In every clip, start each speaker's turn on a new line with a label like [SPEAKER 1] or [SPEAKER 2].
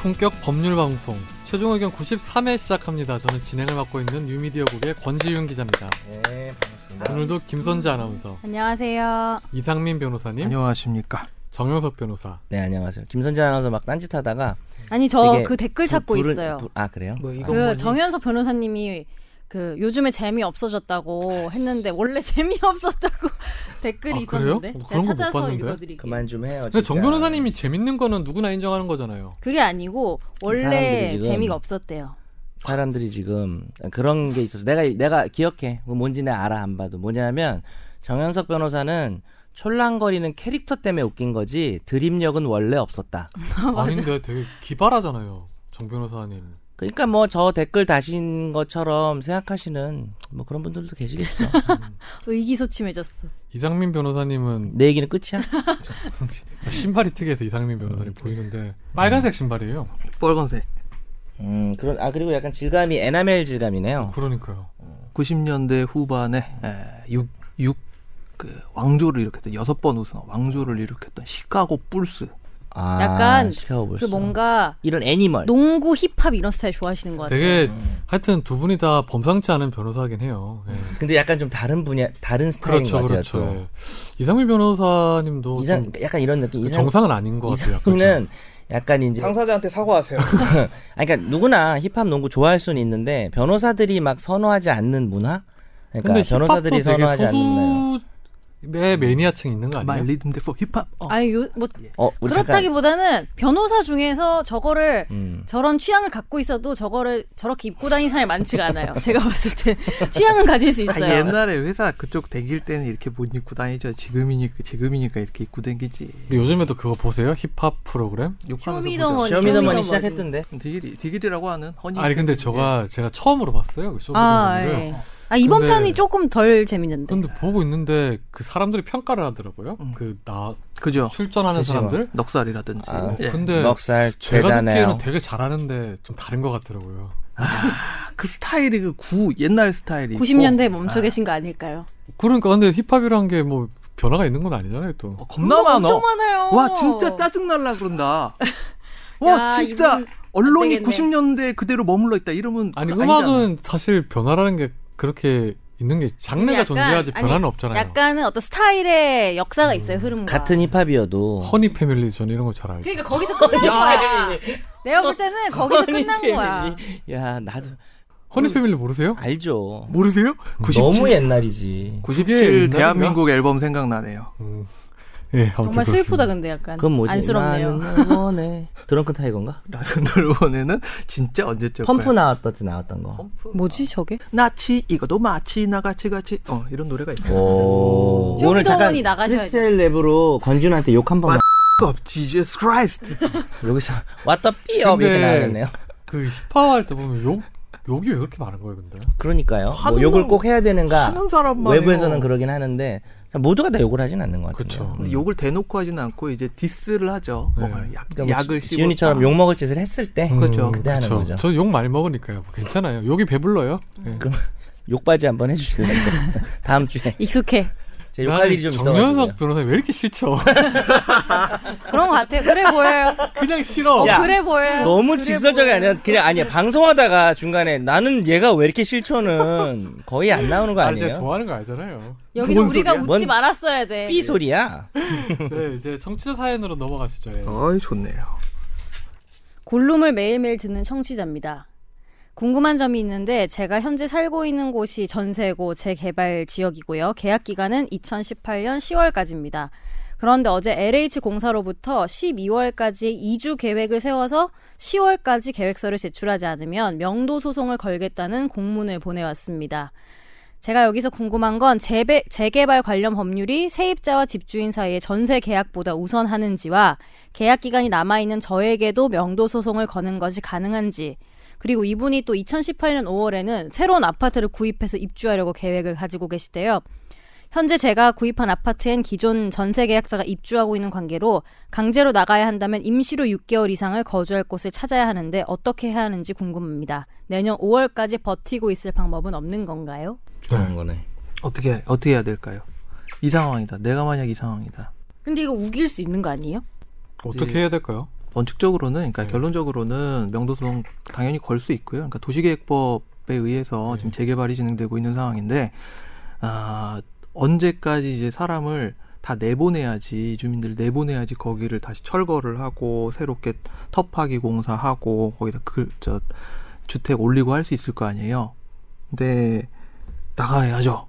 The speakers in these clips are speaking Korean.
[SPEAKER 1] 본격 법률 방송 최종 의견 93회 시작합니다. 저는 진행을 맡고 있는 뉴미디어국의 권지윤 기자입니다.
[SPEAKER 2] 예,
[SPEAKER 1] 네,
[SPEAKER 2] 반갑습니다.
[SPEAKER 1] 오늘도 김선재 아나운서,
[SPEAKER 3] 안녕하세요.
[SPEAKER 1] 이상민 변호사님,
[SPEAKER 4] 안녕하십니까.
[SPEAKER 1] 정영석 변호사.
[SPEAKER 2] 네, 안녕하세요. 김선재 아나운서 막 딴짓하다가
[SPEAKER 3] 아니 저
[SPEAKER 2] 되게
[SPEAKER 3] 그 댓글 찾고
[SPEAKER 2] 불을-
[SPEAKER 3] 있어요.
[SPEAKER 2] 불- 아, 그래요?
[SPEAKER 1] 뭐 이거-
[SPEAKER 2] 아,
[SPEAKER 3] 그
[SPEAKER 1] 뭐니?
[SPEAKER 3] 정현석 변호사님이 그 요즘에 재미 없어졌다고 했는데 원래 재미 없었다고 댓글이
[SPEAKER 1] 아, 그래요?
[SPEAKER 3] 있었는데
[SPEAKER 1] 그런 거못
[SPEAKER 3] 제가 찾아서
[SPEAKER 1] 봤는데?
[SPEAKER 3] 읽어드릴게요.
[SPEAKER 2] 그만 좀 해요.
[SPEAKER 1] 근데
[SPEAKER 2] 진짜.
[SPEAKER 1] 정 변호사님이 재밌는 거는 누구나 인정하는 거잖아요.
[SPEAKER 3] 그게 아니고
[SPEAKER 2] 사람들이
[SPEAKER 3] 원래
[SPEAKER 2] 지금-
[SPEAKER 3] 재미가 없었대요.
[SPEAKER 2] 사람들이 지금 그런 게 있어서 내가 내가 기억해. 뭐 뭔지 내가 알아 안 봐도 뭐냐면 정현석 변호사는 촐랑거리는 캐릭터 때문에 웃긴 거지 드립력은 원래 없었다.
[SPEAKER 1] 아닌데 되게 기발하잖아요. 정 변호사님.
[SPEAKER 2] 그러니까 뭐 저 댓글 다신 것처럼 생각하시는 뭐 그런 분들도 계시겠죠.
[SPEAKER 3] 의기소침해졌어. 그
[SPEAKER 1] 이상민 변호사님은
[SPEAKER 2] 내 얘기는 끝이야.
[SPEAKER 1] 신발이 특이해서 이상민 변호사님 보이는데 빨간색 신발이에요.
[SPEAKER 4] 빨간색.
[SPEAKER 2] 음, 그런 아 그리고 약간 질감이 에나멜 질감이네요.
[SPEAKER 1] 그러니까요.
[SPEAKER 4] 90년대 후반에 에, 육, 육, 그 왕조를 일으켰던 여섯 번 우승 왕조를 일으켰던 시카고 불스.
[SPEAKER 2] 아,
[SPEAKER 3] 약간
[SPEAKER 2] 시카고
[SPEAKER 3] 그
[SPEAKER 2] 불스.
[SPEAKER 3] 뭔가
[SPEAKER 2] 이런 애니멀.
[SPEAKER 3] 농구 힙합 이런 스타일 좋아하시는 것 같아요.
[SPEAKER 1] 되게
[SPEAKER 2] 음.
[SPEAKER 1] 하여튼 두 분이 다 범상치 않은 변호사긴 해요. 예.
[SPEAKER 2] 근데 약간 좀 다른 분야, 다른 스타일인
[SPEAKER 1] 그렇죠,
[SPEAKER 2] 음. 것 같아요.
[SPEAKER 1] 그렇죠.
[SPEAKER 2] 또.
[SPEAKER 1] 예. 이상민 변호사님도
[SPEAKER 2] 이상
[SPEAKER 1] 좀
[SPEAKER 2] 약간 이런 느낌.
[SPEAKER 1] 그
[SPEAKER 2] 이상
[SPEAKER 1] 정상은 아닌 것 같아요. 약간 좀.
[SPEAKER 2] 이상민은 약간 이제 아
[SPEAKER 5] 당사자한테 사과하세요.
[SPEAKER 2] 그러니까 누구나 힙합 농구 좋아할 수는 있는데 변호사들이 막 선호하지 않는 문화. 그러니까
[SPEAKER 1] 근데
[SPEAKER 2] 변호사들이
[SPEAKER 1] 힙합도 되게
[SPEAKER 2] 선호하지 않는 음. 문화.
[SPEAKER 1] 소수의 매니아층 있는 거
[SPEAKER 4] My
[SPEAKER 1] 아니에요?
[SPEAKER 4] rhythm for hip hop. 어.
[SPEAKER 3] 아니 요, 뭐
[SPEAKER 2] 어, 우리 잠깐.
[SPEAKER 3] 그렇다기보다는 변호사 중에서 저거를
[SPEAKER 2] 음.
[SPEAKER 3] 저런 취향을 갖고 있어도 저거를 저렇게 입고 다니는 사람이 많지가 않아요. 제가 봤을 때 취향은 가질 수
[SPEAKER 4] 아,
[SPEAKER 3] 있어요.
[SPEAKER 4] 옛날에 회사 그쪽 대기일 때는 이렇게 못 입고 다니죠. 지금이니까 지금이니까 이렇게 입고 댕기지.
[SPEAKER 1] 요즘에도 그거 보세요? 힙합 프로그램?
[SPEAKER 4] 욕하면서
[SPEAKER 3] 쇼미더머니.
[SPEAKER 2] 쇼미더머니
[SPEAKER 3] 쇼미더머니.
[SPEAKER 2] 시작했던데.
[SPEAKER 4] 보죠. 디길이 디길이라고 하는 허니.
[SPEAKER 1] 아니 근데
[SPEAKER 2] 예.
[SPEAKER 1] 제가 제가 처음으로 봤어요. 그
[SPEAKER 3] 아,
[SPEAKER 1] 쇼미더머니를.
[SPEAKER 3] 예. 아 이번
[SPEAKER 1] 근데-
[SPEAKER 3] 편이 조금 덜 재밌는데.
[SPEAKER 1] 근데 보고 있는데 그 사람들이 평가를 하더라고요. 그 나
[SPEAKER 4] 예, 그죠.
[SPEAKER 1] 출전하는
[SPEAKER 2] 음. 그치,
[SPEAKER 1] 사람들.
[SPEAKER 4] 넉살이라든지.
[SPEAKER 2] 아,
[SPEAKER 4] 예.
[SPEAKER 1] 근데
[SPEAKER 2] 넉살
[SPEAKER 1] 제가
[SPEAKER 2] 대단해요.
[SPEAKER 1] 듣기에는 되게 잘하는데 좀 다른 것 같더라고요.
[SPEAKER 4] 그 스타일이 그 구 옛날 스타일이.
[SPEAKER 2] 어.
[SPEAKER 3] 90년대에 멈춰 계신 거 아닐까요?
[SPEAKER 1] 그러니까 근데 힙합이란 게 뭐 변화가 있는 건 아니잖아요 또.
[SPEAKER 4] 있고. 어, 겁나 많어.
[SPEAKER 3] 엄청 많아요.
[SPEAKER 4] 와 진짜 짜증 날라 그런다. 와
[SPEAKER 3] 야,
[SPEAKER 4] 진짜
[SPEAKER 3] 이분
[SPEAKER 4] 언론이
[SPEAKER 3] 안 되겠네.
[SPEAKER 4] 90년대 그대로 머물러 있다 이러면
[SPEAKER 1] 아니
[SPEAKER 4] 그-
[SPEAKER 1] 음악은
[SPEAKER 4] 아니잖아.
[SPEAKER 1] 사실 변화라는 게 그렇게 있는 게 장르가
[SPEAKER 3] 약간-
[SPEAKER 1] 존재하지
[SPEAKER 3] 아니,
[SPEAKER 1] 변화는 없잖아요.
[SPEAKER 3] 약간은 어떤 스타일의 역사가 있어요 흐름과.
[SPEAKER 2] 음, 같은 힙합이어도
[SPEAKER 1] 허니 패밀리 전 이런 거 잘
[SPEAKER 2] 네.
[SPEAKER 1] 알죠.
[SPEAKER 3] 그러니까 거기서 끝난 거야. 내가 볼 때는 거기서 끝난 거야.
[SPEAKER 2] 야 나도
[SPEAKER 1] 허니 패밀리 모르세요?
[SPEAKER 2] 알죠.
[SPEAKER 4] 모르세요? 97,
[SPEAKER 2] 너무 예- 옛날이지.
[SPEAKER 4] 97 대한민국 앨범 생각나네요.
[SPEAKER 1] 예, 아무튼
[SPEAKER 3] 정말 슬프다
[SPEAKER 1] 그렇습니다.
[SPEAKER 3] 근데 약간
[SPEAKER 2] 그건 뭐지?
[SPEAKER 3] 안쓰럽네요.
[SPEAKER 2] 나는 원해. 드렁큰 타이거인가?
[SPEAKER 4] 나는 널 원해는 진짜 언제적
[SPEAKER 2] 펌프 나왔다 때 나왔던 거.
[SPEAKER 3] 뭐지 저게?
[SPEAKER 4] 나치 이거도 마치 나같이 같이 어 이런 노래가 있어.
[SPEAKER 2] 오.
[SPEAKER 3] 쇼미더머니 나가셔야죠.
[SPEAKER 2] 크리스텔 랩으로 권준한테 욕 한 번만.
[SPEAKER 4] 지저스 크라이스트.
[SPEAKER 2] 음. 여기서 왔다 삐업
[SPEAKER 1] 근데-
[SPEAKER 2] 이렇게 나왔네요.
[SPEAKER 1] 그 힙합 할 때 보면 욕 욕이 왜 그렇게 많은 거예요, 근데?
[SPEAKER 2] 그러니까요. 뭐
[SPEAKER 4] 하는
[SPEAKER 2] 욕을
[SPEAKER 4] 건-
[SPEAKER 2] 꼭 해야 되는가?
[SPEAKER 4] 하는 사람만
[SPEAKER 2] 외부에서는
[SPEAKER 4] 해요.
[SPEAKER 2] 그러긴 하는데 모두가 다 욕을 하진 않는 것 같아요.
[SPEAKER 1] 그쵸.
[SPEAKER 4] 근데 욕을 대놓고 하진 않고 이제 디스를 하죠.
[SPEAKER 1] 네.
[SPEAKER 4] 어, 약,
[SPEAKER 2] 그러니까 뭐
[SPEAKER 4] 약을
[SPEAKER 2] 지- 지훈이처럼 욕 먹을 짓을 했을 때
[SPEAKER 4] 그렇죠.
[SPEAKER 2] 그때 네, 하는
[SPEAKER 1] 그쵸.
[SPEAKER 2] 거죠.
[SPEAKER 1] 저욕 많이 먹으니까요. 뭐 괜찮아요. 욕이 배불러요. 예.
[SPEAKER 2] 욕바지 한번 해주실래요? 다음 주에
[SPEAKER 3] 익숙해.
[SPEAKER 2] 제 욕할 일이 좀 있어가지고.
[SPEAKER 1] 정연석 변호사 왜 이렇게 싫죠?
[SPEAKER 3] 그런 거 같아. 그래 보여요.
[SPEAKER 1] 그냥 싫어.
[SPEAKER 3] 어,
[SPEAKER 2] 야,
[SPEAKER 3] 그래 보여요.
[SPEAKER 2] 너무
[SPEAKER 3] 그래
[SPEAKER 2] 직설적이
[SPEAKER 3] 보여요.
[SPEAKER 2] 아니라 그냥 아니야 방송하다가 중간에 나는 얘가 왜 이렇게 실천은 거의 안 나오는 거
[SPEAKER 1] 아니, 제가
[SPEAKER 2] 아니에요?
[SPEAKER 1] 좋아하는 거 알잖아요.
[SPEAKER 3] 여기서
[SPEAKER 1] 뭔
[SPEAKER 3] 우리가
[SPEAKER 1] 소리야?
[SPEAKER 2] 뭔-
[SPEAKER 3] 웃지 말았어야 돼.
[SPEAKER 2] 삐 소리야.
[SPEAKER 1] 네, 이제 청취자 사연으로 넘어가시죠. 예.
[SPEAKER 4] 어이 좋네요.
[SPEAKER 3] 골룸을 매일매일 듣는 청취자입니다. 궁금한 점이 있는데 제가 현재 살고 있는 곳이 전세고 재개발 지역이고요. 계약 기간은 2018년 10월까지입니다. 그런데 어제 LH 공사로부터 12월까지 2주 계획을 세워서 10월까지 계획서를 제출하지 않으면 명도 소송을 걸겠다는 공문을 보내왔습니다. 제가 여기서 궁금한 건 재배, 재개발 관련 법률이 세입자와 집주인 사이의 전세 계약보다 우선하는지와 계약 기간이 남아있는 저에게도 명도 소송을 거는 것이 가능한지 그리고 이분이 또 2018년 5월에는 새로운 아파트를 구입해서 입주하려고 계획을 가지고 계시대요. 현재 제가 구입한 아파트엔 기존 전세 계약자가 입주하고 있는 관계로 강제로 나가야 한다면 임시로 6개월 이상을 거주할 곳을 찾아야 하는데 어떻게 해야 하는지 궁금합니다. 내년 5월까지 버티고 있을 방법은 없는 건가요?
[SPEAKER 2] 그런 거네.
[SPEAKER 4] 어떻게 어떻게 해야 될까요? 이 상황이다. 내가 만약 이 상황이다.
[SPEAKER 3] 근데 이거 우길 수 있는 거 아니에요?
[SPEAKER 1] 어떻게 해야 될까요?
[SPEAKER 4] 원칙적으로는 그러니까
[SPEAKER 1] 네.
[SPEAKER 4] 결론적으로는 명도소송 당연히 걸 수 있고요. 그러니까 도시계획법에 의해서 지금 재개발이 진행되고 있는 상황인데 아, 언제까지 이제 사람을 다 내보내야지 주민들 내보내야지 거기를 다시 철거를 하고 새롭게 터 파기 공사하고 거기다 그 저 주택 올리고 할 수 있을 거 아니에요. 근데 나가야죠. 아,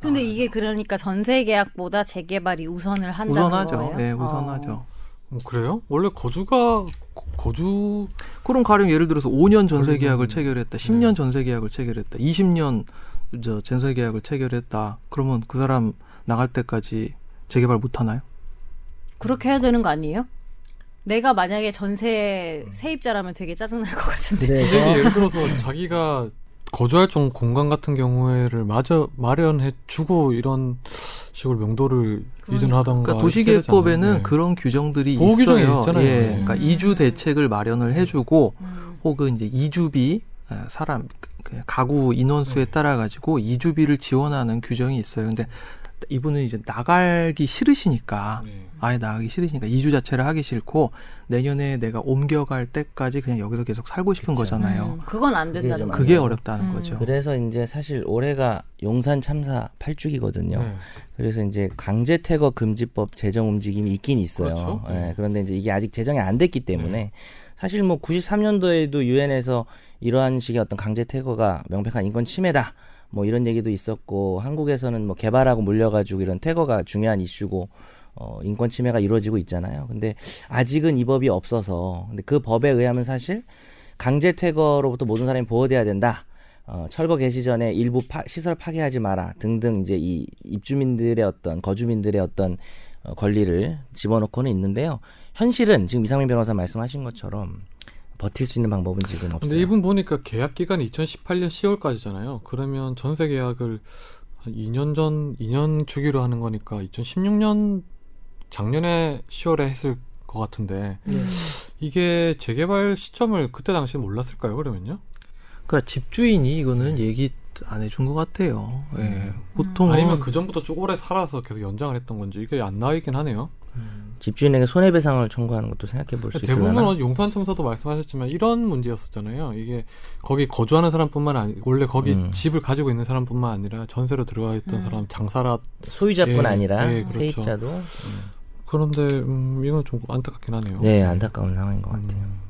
[SPEAKER 3] 근데 이게 그러니까 전세 계약보다 재개발이 우선을 한다는
[SPEAKER 4] 우선하죠.
[SPEAKER 3] 거예요?
[SPEAKER 4] 예,
[SPEAKER 3] 어.
[SPEAKER 4] 우선하죠.
[SPEAKER 1] 어, 그래요? 원래 거주가 거- 거주
[SPEAKER 4] 그럼 가령 예를 들어서 5년 전세 계약을
[SPEAKER 1] 걸리는-
[SPEAKER 4] 체결했다, 10년 전세 계약을 체결했다, 20년 저 전세 계약을 체결했다. 그러면 그 사람 나갈 때까지 재개발 못 하나요?
[SPEAKER 3] 그렇게 해야 되는 거 아니에요? 내가 만약에 전세
[SPEAKER 4] 음.
[SPEAKER 3] 세입자라면 되게 짜증날 것 같은데.
[SPEAKER 1] 이제
[SPEAKER 2] 그래서
[SPEAKER 1] 예를 들어서 자기가 거주할 좀 공간 같은 경우에를 마저 마련해 주고 이런 식으로 명도를 이전하던가
[SPEAKER 4] 그러니까
[SPEAKER 1] 아, 이렇게 되지
[SPEAKER 4] 도시계획법에는
[SPEAKER 1] 않나요? 네.
[SPEAKER 4] 그런 규정들이
[SPEAKER 1] 보호
[SPEAKER 4] 있어요.
[SPEAKER 1] 규정이 있잖아요. 네.
[SPEAKER 4] 예, 그러니까
[SPEAKER 3] 음.
[SPEAKER 4] 이주 대책을 마련을 해주고
[SPEAKER 3] 음.
[SPEAKER 4] 혹은 이제 이주비 에, 사람 그 가구 인원수에
[SPEAKER 3] 네.
[SPEAKER 4] 따라 가지고 이주비를 지원하는 규정이 있어요. 근데 이분은 이제 나가기 싫으시니까
[SPEAKER 1] 네.
[SPEAKER 4] 아예 나가기 싫으시니까 이주 자체를 하기 싫고 내년에 내가 옮겨갈 때까지 그냥 여기서 계속 살고 싶은
[SPEAKER 2] 그쵸.
[SPEAKER 4] 거잖아요.
[SPEAKER 3] 음, 그건 안
[SPEAKER 2] 그게
[SPEAKER 3] 된다는
[SPEAKER 2] 좀
[SPEAKER 3] 거.
[SPEAKER 4] 그게
[SPEAKER 2] 맞아요.
[SPEAKER 4] 어렵다는
[SPEAKER 3] 음.
[SPEAKER 1] 그렇죠.
[SPEAKER 4] 거죠.
[SPEAKER 2] 그래서 이제 사실 올해가 용산 참사 8주기거든요.
[SPEAKER 1] 네.
[SPEAKER 2] 그래서 이제 강제 태거 금지법 제정 움직임이 있긴 있어요.
[SPEAKER 1] 그렇죠. 네.
[SPEAKER 2] 예, 그런데 이제 이게 아직 제정이 안 됐기 때문에 사실 뭐 93년도에도 유엔에서 이러한 식의 어떤 강제 태거가 명백한 인권 침해다. 뭐 이런 얘기도 있었고 한국에서는 뭐 개발하고 물려가지고 이런 태거가 중요한 이슈고 어 인권 침해가 이루어지고 있잖아요. 근데 아직은 이 법이 없어서 근데 그 법에 의하면 사실 강제 퇴거로부터 모든 사람이 보호돼야 된다. 어, 철거 개시 전에 일부 파- 시설 파괴하지 마라 등등 이제 이 입주민들의 어떤 거주민들의 어떤 어, 권리를 집어넣고는 있는데요. 현실은 지금 이상민 변호사 말씀하신 것처럼 버틸 수 있는 방법은 지금 없어요.
[SPEAKER 1] 근데 이분 보니까 계약 기간이 2018년 10월까지잖아요. 그러면 전세 계약을 한 2년 전 2년 주기로 하는 거니까 2016년 작년에 10월에 했을 것 같은데
[SPEAKER 4] 네.
[SPEAKER 1] 이게 재개발 시점을 그때 당시에 몰랐을까요? 그러면요?
[SPEAKER 4] 그러니까 집주인이 이거는 얘기 안 해준 것 같아요. 예. 보통은
[SPEAKER 1] 네. 음. 아니면 그 전부터 쭉 오래 살아서 계속 연장을 했던 건지 이게 안 나와 있긴 하네요.
[SPEAKER 2] 집주인에게 손해배상을 청구하는 것도 생각해 볼 수 있으나
[SPEAKER 1] 그러니까 대부분 은 용산 참사도 말씀하셨지만 이런 문제였었잖아요. 이게 거기 거주하는 사람뿐만 아니 원래 거기
[SPEAKER 2] 음.
[SPEAKER 1] 집을 가지고 있는 사람뿐만 아니라 전세로 들어가 있던
[SPEAKER 3] 음.
[SPEAKER 1] 사람 장사라
[SPEAKER 2] 소유자뿐
[SPEAKER 1] 예,
[SPEAKER 2] 아니라
[SPEAKER 1] 예, 그렇죠.
[SPEAKER 2] 세입자도
[SPEAKER 1] 그런데 음, 이건 좀 안타깝긴 하네요.
[SPEAKER 2] 네 안타까운 상황인 것 같아요.
[SPEAKER 1] 음,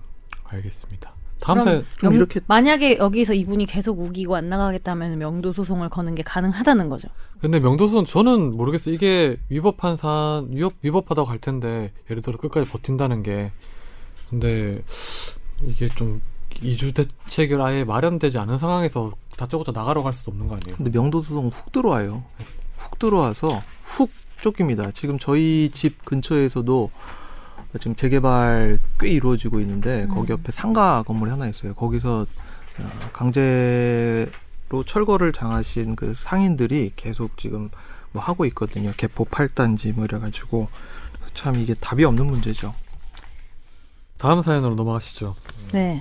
[SPEAKER 1] 알겠습니다. 다음
[SPEAKER 3] 그럼
[SPEAKER 1] 사연
[SPEAKER 4] 좀
[SPEAKER 3] 명-
[SPEAKER 4] 이렇게-
[SPEAKER 3] 만약에 여기서 이분이 계속 우기고 안 나가겠다면 명도 소송을 거는 게 가능하다는 거죠.
[SPEAKER 1] 근데 명도선 저는 모르겠어요. 이게 위법한 사안, 위법, 위법하다고 할 텐데, 예를 들어 끝까지 버틴다는 게. 근데 이게 좀 이주 대책을 아예 마련되지 않은 상황에서 다짜고짜 나가러 갈 수도 없는 거 아니에요?
[SPEAKER 4] 근데 명도소송 훅 들어와요. 훅 들어와서 훅 쫓깁니다. 지금 저희 집 근처에서도 지금 재개발 꽤 이루어지고 있는데 거기 옆에 상가 건물이 하나 있어요. 거기서 어, 강제로 철거를 당하신 그 상인들이 계속 지금 뭐 하고 있거든요. 개포 8단지 뭐 이래가지고 참 이게 답이 없는 문제죠.
[SPEAKER 1] 다음 사연으로 넘어가시죠.
[SPEAKER 3] 네.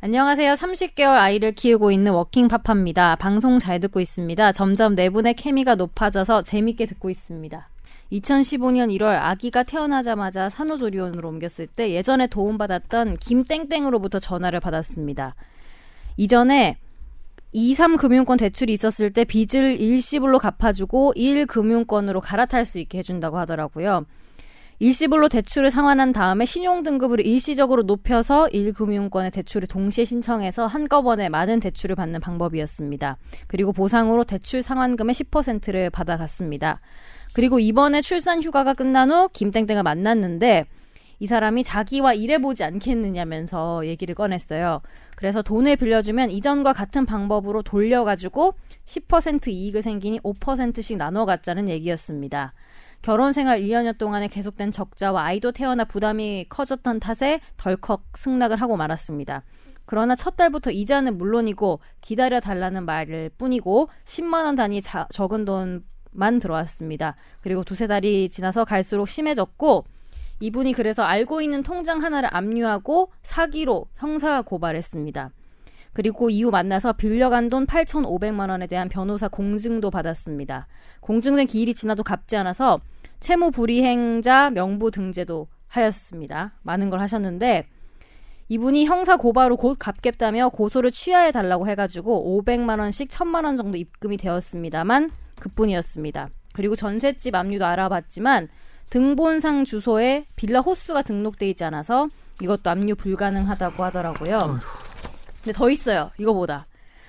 [SPEAKER 3] 안녕하세요. 30개월 아이를 키우고 있는 워킹 파파입니다. 방송 잘 듣고 있습니다. 점점 네 분의 케미가 높아져서 재밌게 듣고 있습니다. 2015년 1월 아기가 태어나자마자 산후조리원으로 옮겼을 때 예전에 도움받았던 김땡땡으로부터 전화를 받았습니다. 이전에 2, 3금융권 대출이 있었을 때 빚을 일시불로 갚아주고 1금융권으로 갈아탈 수 있게 해준다고 하더라고요. 일시불로 대출을 상환한 다음에 신용등급을 일시적으로 높여서 1금융권의 대출을 동시에 신청해서 한꺼번에 많은 대출을 받는 방법이었습니다. 그리고 보상으로 대출 상환금의 10%를 받아갔습니다. 그리고 이번에 출산 휴가가 끝난 후 김땡땡을 만났는데 이 사람이 자기와 일해보지 않겠느냐면서 얘기를 꺼냈어요. 그래서 돈을 빌려주면 이전과 같은 방법으로 돌려가지고 10% 이익을 생기니 5%씩 나눠 갖자는 얘기였습니다. 결혼 생활 1년여 동안에 계속된 적자와 아이도 태어나 부담이 커졌던 탓에 덜컥 승낙을 하고 말았습니다. 그러나 첫 달부터 이자는 물론이고 기다려 달라는 말일 뿐이고 10만 원 단위 자- 적은 돈만 들어왔습니다. 그리고 두세 달이 지나서 갈수록 심해졌고 이분이 그래서 알고 있는 통장 하나를 압류하고 사기로 형사 고발했습니다. 그리고 이후 만나서 빌려간 돈 8,500만 원에 대한 변호사 공증도 받았습니다. 공증된 기일이 지나도 갚지 않아서 채무 불이행자 명부 등재도 하였습니다. 많은 걸 하셨는데 이분이 형사 고발로 곧 갚겠다며 고소를 취하해 달라고 해가지고 500만 원씩 1,000만 원 정도 입금이 되었습니다만 그뿐이었습니다. 그리고 전셋집 압류도 알아봤지만 등본상 주소에 빌라 호수가 등록돼 있지 않아서 이것도 압류 불가능하다고 하더라고요. 근데 더 있어요. 이거보다.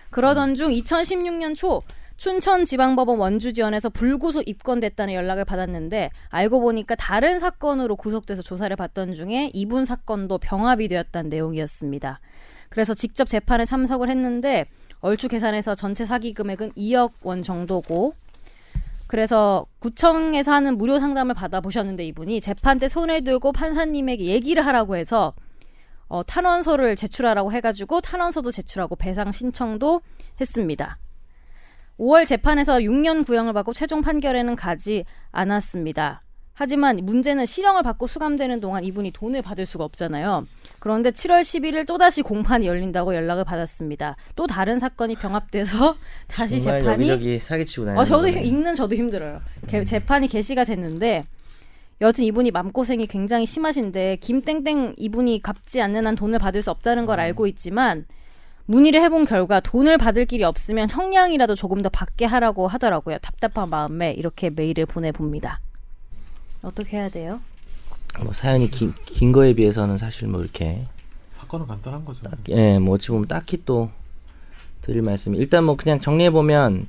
[SPEAKER 3] 그러던 중 2016년 초 춘천지방법원 원주지원에서 불구속 입건됐다는 연락을 받았는데 알고 보니까 다른 사건으로 구속돼서 조사를 받던 중에 이분 사건도 병합이 되었다는 내용이었습니다. 그래서 직접 재판에 참석을 했는데 얼추 계산해서 전체 사기 금액은 2억 원 정도고 그래서 구청에서 하는 무료 상담을 받아보셨는데 이분이 재판 때 손을 들고 판사님에게 얘기를 하라고 해서 어, 탄원서를 제출하라고 해가지고 탄원서도 제출하고 배상 신청도 했습니다. 5월 재판에서 6년 구형을 받고 최종 판결에는 가지 않았습니다. 하지만 문제는 실형을 받고 수감되는 동안 이분이 돈을 받을 수가 없잖아요. 그런데 7월 11일 또다시 공판이 열린다고 연락을 받았습니다. 또 다른 사건이 병합돼서 다시
[SPEAKER 2] 정말
[SPEAKER 3] 재판이
[SPEAKER 2] 여기저기 사기치고 다니는
[SPEAKER 3] 어, 저도
[SPEAKER 2] 거네.
[SPEAKER 3] 읽는 저도 힘들어요. 개- 재판이 개시가 됐는데 여튼 이분이 맘고생이 굉장히 심하신데 김땡땡 이분이 갚지 않는 한 돈을 받을 수 없다는
[SPEAKER 2] 음.
[SPEAKER 3] 걸 알고 있지만 문의를 해본 결과 돈을 받을 길이 없으면 형량이라도 조금 더 받게 하라고 하더라고요. 답답한 마음에 이렇게 메일을 보내봅니다. 어떻게 해야 돼요?
[SPEAKER 2] 뭐 사연이 긴, 긴 거에 비해서는 사실 뭐 이렇게
[SPEAKER 1] 사건은 간단한 거죠.
[SPEAKER 4] 아, 네.
[SPEAKER 2] 예, 뭐 어찌 보면 딱히 또 드릴 말씀이 일단 뭐 그냥 정리해 보면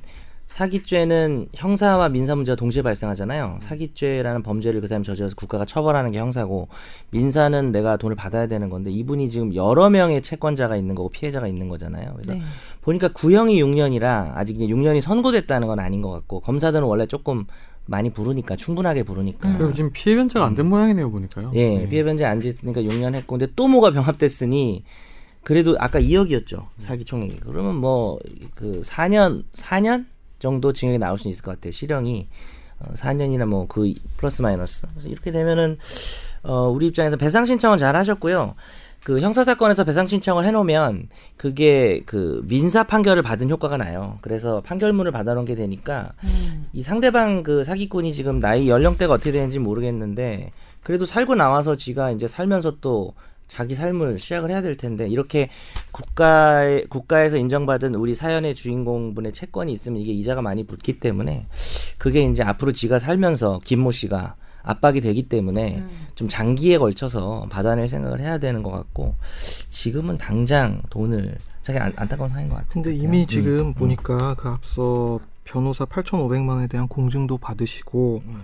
[SPEAKER 2] 사기죄는 형사와 민사 문제가 동시에 발생하잖아요. 사기죄라는 범죄를 그 사람이 저질러서 국가가 처벌하는 게 형사고 민사는 내가 돈을 받아야 되는 건데 이분이 지금 여러 명의 채권자가 있는 거고 피해자가 있는 거잖아요. 그래서
[SPEAKER 3] 네.
[SPEAKER 2] 보니까 구형이 6년이라 아직 이제 6년이 선고됐다는 건 아닌 것 같고 검사들은 원래 조금 많이 부르니까 충분하게 부르니까
[SPEAKER 1] 그럼 지금 피해 변제가 안 된 음. 모양이네요 보니까요.
[SPEAKER 2] 예, 피해 변제 안 됐으니까 6년 했고 근데 또 뭐가 병합됐으니 그래도 아까 2억이었죠 사기 총액이 그러면 뭐 그 4년 4년 정도 징역이 나올 수 있을 것 같아요 실형이 어, 4년이나 뭐 그 플러스 마이너스 그래서 이렇게 되면은 어 우리 입장에서 배상 신청은 잘 하셨고요 그 형사 사건에서 배상 신청을 해놓으면 그게 그 민사 판결을 받은 효과가 나요 그래서 판결문을 받아놓은 게 되니까 이 상대방 그 사기꾼이 지금 나이 연령대가 어떻게 되는지 모르겠는데 그래도 살고 나와서 지가 이제 살면서 또 자기 삶을 시작을 해야 될 텐데 이렇게 국가에 국가에서 인정받은 우리 사연의 주인공분의 채권이 있으면 이게 이자가 많이 붙기 때문에 그게 이제 앞으로 지가 살면서 김모 씨가 압박이 되기 때문에 좀 장기에 걸쳐서 받아낼 생각을 해야 되는 것 같고 지금은 당장 돈을 자기 안, 안타까운 사인 것 같아요.
[SPEAKER 4] 근데 이미
[SPEAKER 2] 음,
[SPEAKER 4] 지금
[SPEAKER 2] 음.
[SPEAKER 4] 보니까 그 앞서 변호사 8,500만 원에 대한 공증도 받으시고
[SPEAKER 2] 음.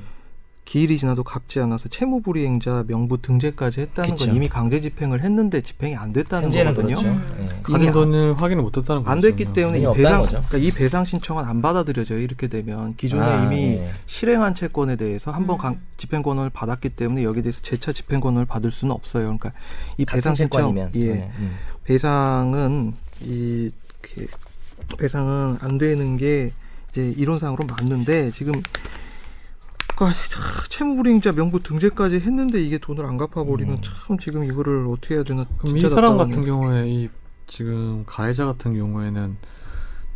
[SPEAKER 4] 기일이 지나도 갚지 않아서 채무불이행자 명부 등재까지 했다는
[SPEAKER 2] 그쵸.
[SPEAKER 4] 건 이미 강제 집행을 했는데 집행이 안 됐다는
[SPEAKER 2] 현재는
[SPEAKER 4] 거거든요.
[SPEAKER 2] 그렇죠. 예.
[SPEAKER 1] 가진
[SPEAKER 4] 이미
[SPEAKER 1] 돈을 확인을 못했다는 거죠.
[SPEAKER 4] 안 됐기 때문에 이
[SPEAKER 2] 돈이 없다는
[SPEAKER 4] 배상
[SPEAKER 2] 거죠.
[SPEAKER 4] 그러니까 이 배상 신청은 안 받아들여져요. 이렇게 되면 기존에
[SPEAKER 2] 아,
[SPEAKER 4] 이미
[SPEAKER 2] 예.
[SPEAKER 4] 실행한 채권에 대해서 한번 강- 집행권을 받았기 때문에 여기에 대해서 재차 집행권을 받을 수는 없어요. 그러니까 이
[SPEAKER 2] 같은
[SPEAKER 4] 배상 신청
[SPEAKER 2] 채권이면
[SPEAKER 4] 예.
[SPEAKER 2] 네. 음.
[SPEAKER 4] 배상은 이 이렇게 배상은 안 되는 게 이제 이론상으로 맞는데 지금 아까 참 채무불이행자 명부 등재까지 했는데 이게 돈을 안 갚아버리면 참 지금 이거를 어떻게 해야 되나
[SPEAKER 1] 음. 그럼 이
[SPEAKER 4] 진짜
[SPEAKER 1] 사람
[SPEAKER 4] 답답하네요.
[SPEAKER 1] 같은 경우에 이 지금 가해자 같은 경우에는